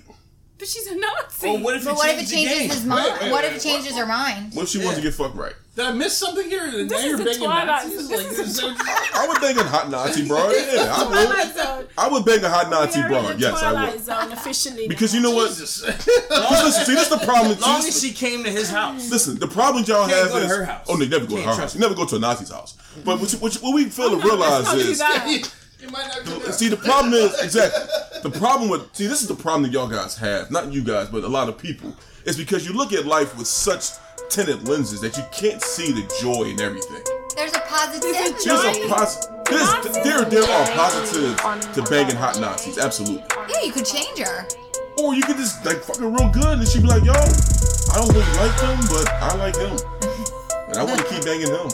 S4: But she's a Nazi.
S3: Or what if
S2: But
S3: it
S2: what if it
S3: changed the game?
S2: changes his mind?
S6: Wait, wait,
S2: what
S6: wait,
S2: if it changes her mind?
S5: What if she wants to
S3: Yeah.
S5: get fucked right?
S6: Did I miss something here?
S4: This
S6: And now
S4: is
S6: you're
S4: the
S6: banging
S4: Twilight-
S6: Nazis?
S4: this
S6: Like,
S4: is
S6: there's
S4: the
S6: no-
S5: I would bang a hot Nazi broad. Yeah, I would.
S4: Twilight Zone.
S5: I would bang a hot Nazi
S4: We're in
S5: broad.
S4: the
S5: Yes, I
S4: Twilight
S5: would.
S4: Zone officially.
S5: Because you know what?
S6: Jesus.
S5: Because listen, see, that's the problem.
S3: As long
S5: See,
S3: as she came to his house.
S5: listen, the problem y'all
S3: Can't
S5: have
S3: go to
S5: is
S3: her house.
S5: oh, they never go to
S3: Can't
S5: her
S3: trust Oh,
S5: house.
S3: her.
S5: You never go to a Nazi's house. But what, you, what, you, what we fail
S4: now.
S5: to
S4: Let's
S5: realize
S4: not do
S5: is,
S4: that.
S6: you might not come
S5: see, the problem is exactly the problem with see, this is the problem that y'all guys have. Not you guys, but a lot of people. It's because you look at life with such tinted lenses that you can't see the joy in everything.
S2: There's a positive.
S5: There's
S4: Joy?
S5: a pos- there's, there, there are positives to banging hot Nazis, absolutely.
S2: yeah, you could change her.
S5: Or oh, you could just like fucking real good, and she'd be like, "Yo, I don't really like them, but I like him, and I want to keep banging him."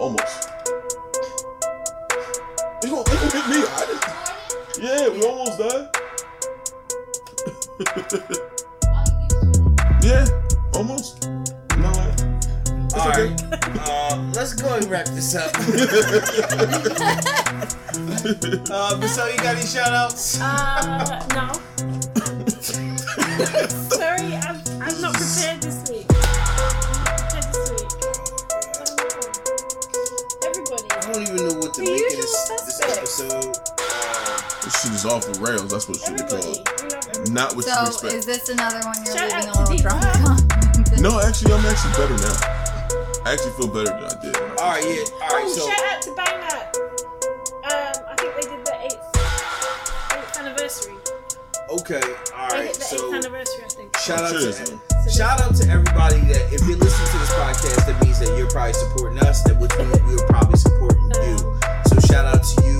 S5: Almost. It's gonna, it's gonna make me. I just, yeah, we almost done. yeah, almost. No, it's
S3: All
S5: okay.
S3: right, uh, let's go and wrap this up. Uh, Michelle, you got any shout outs?
S4: Uh, no. Sorry, I'm, I'm not prepared this week. I'm not prepared this week.
S3: I
S5: Oh,
S4: Everybody.
S3: don't even know what to
S4: The
S3: make of
S4: usual
S3: this, this
S4: suspects.
S3: episode.
S5: This shit is off the rails. That's what it should be
S4: Everybody.
S5: called.
S4: We love everybody.
S5: Not what you
S2: So
S5: expect.
S2: is this another one you're
S4: Shout
S2: leaving a
S4: out to
S2: little
S4: Deep
S2: drunk
S4: Fry.
S2: on?
S5: No, actually, I'm actually better now. I actually feel better than I did.
S3: All right, yeah. All right,
S4: Oh,
S3: so.
S4: shout out to Bang Up. Um, I think they did the eighth, eighth anniversary.
S3: Okay, all
S4: They
S3: right.
S4: hit the
S3: So
S4: eighth anniversary, I think.
S3: shout out
S5: Cheers.
S3: to shout out to everybody that if you're listening to this podcast, that means that you're probably supporting us. That which means we are probably supporting you. So shout out to you.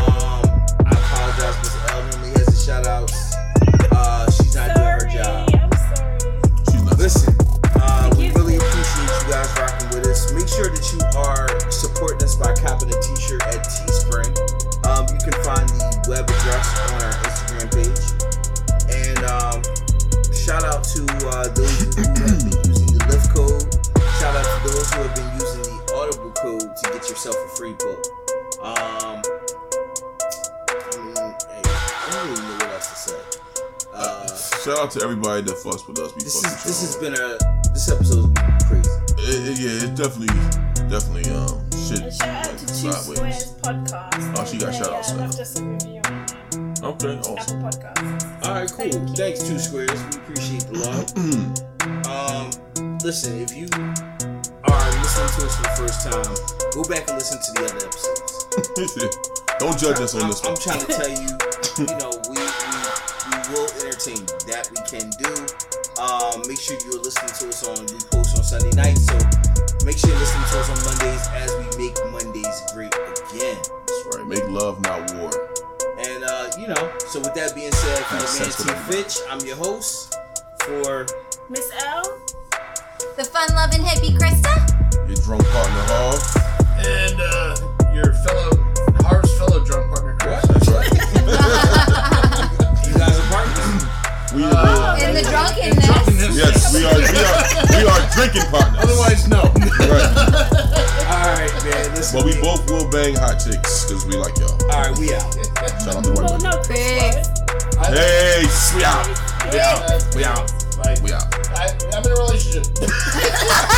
S3: Um, I apologize, Miss Elderly has the shout outs. Uh, she's not
S4: Sorry,
S3: doing her job.
S4: I'm sorry.
S5: She's not
S3: Listen, uh, we
S4: you.
S3: really appreciate you guys rocking with us. Make sure that you are supporting us by copping a t-shirt at Teespring. Um, you can find the web address on our Instagram page. And um, shout out to uh, those who have been using the Lyft code. Shout out to those who have been using the Audible code to get yourself a free book. Um, I mean, hey, I don't really know what else to say. Uh,
S5: Shout out to everybody that fucks with us. We
S3: this
S5: fucking
S3: is this has
S5: show.
S3: been a this episode's been crazy.
S5: It- it- yeah, it definitely, definitely, um, shit.
S4: And shout out
S5: like,
S4: to Two Squares Podcast.
S5: Oh, she got
S4: They,
S5: shout-outs
S4: uh,
S5: now.
S4: left us a review on Apple
S5: Okay, awesome.
S4: Podcasts.
S3: All right, cool.
S4: Thank you.
S3: Thanks, Two Squares. We appreciate the love. um, listen, if you are listening to us for the first time, go back and listen to the other episodes.
S5: Don't judge us on
S3: I'm,
S5: this
S3: I'm
S5: one.
S3: trying to tell you, you know, we, we we will entertain you. that we can do. Um, make sure you're listening to us on we post on Sunday night, so make sure you're listening to us on Mondays as we make Mondays great again.
S5: That's right. Make love, not war.
S3: And uh, you know, so with that being said, for
S5: That's
S3: the
S5: sensible.
S3: man T Fitch, I'm your host for
S4: Miss L.
S2: The fun loving hippie Krista?
S5: Your drunk partner, Hall.
S6: And uh, your fellow, Harv's fellow drum partner, Chris.
S5: That's right.
S3: you guys are partners.
S5: We are.
S2: In the drunkenness?
S6: Drunkenness.
S5: yes, we are. We are. We are drinking partners.
S6: Otherwise, no.
S5: right.
S3: All right, man. Listen,
S5: But we both will bang hot chicks because we like y'all.
S3: All right, we out.
S5: Shout out to white
S4: Well,
S5: women.
S4: no, Chris.
S2: Peace.
S5: Hey, we out.
S4: Chris.
S6: Uh,
S5: We out. We out.
S6: Like,
S5: We out.
S6: I, I'm in a relationship.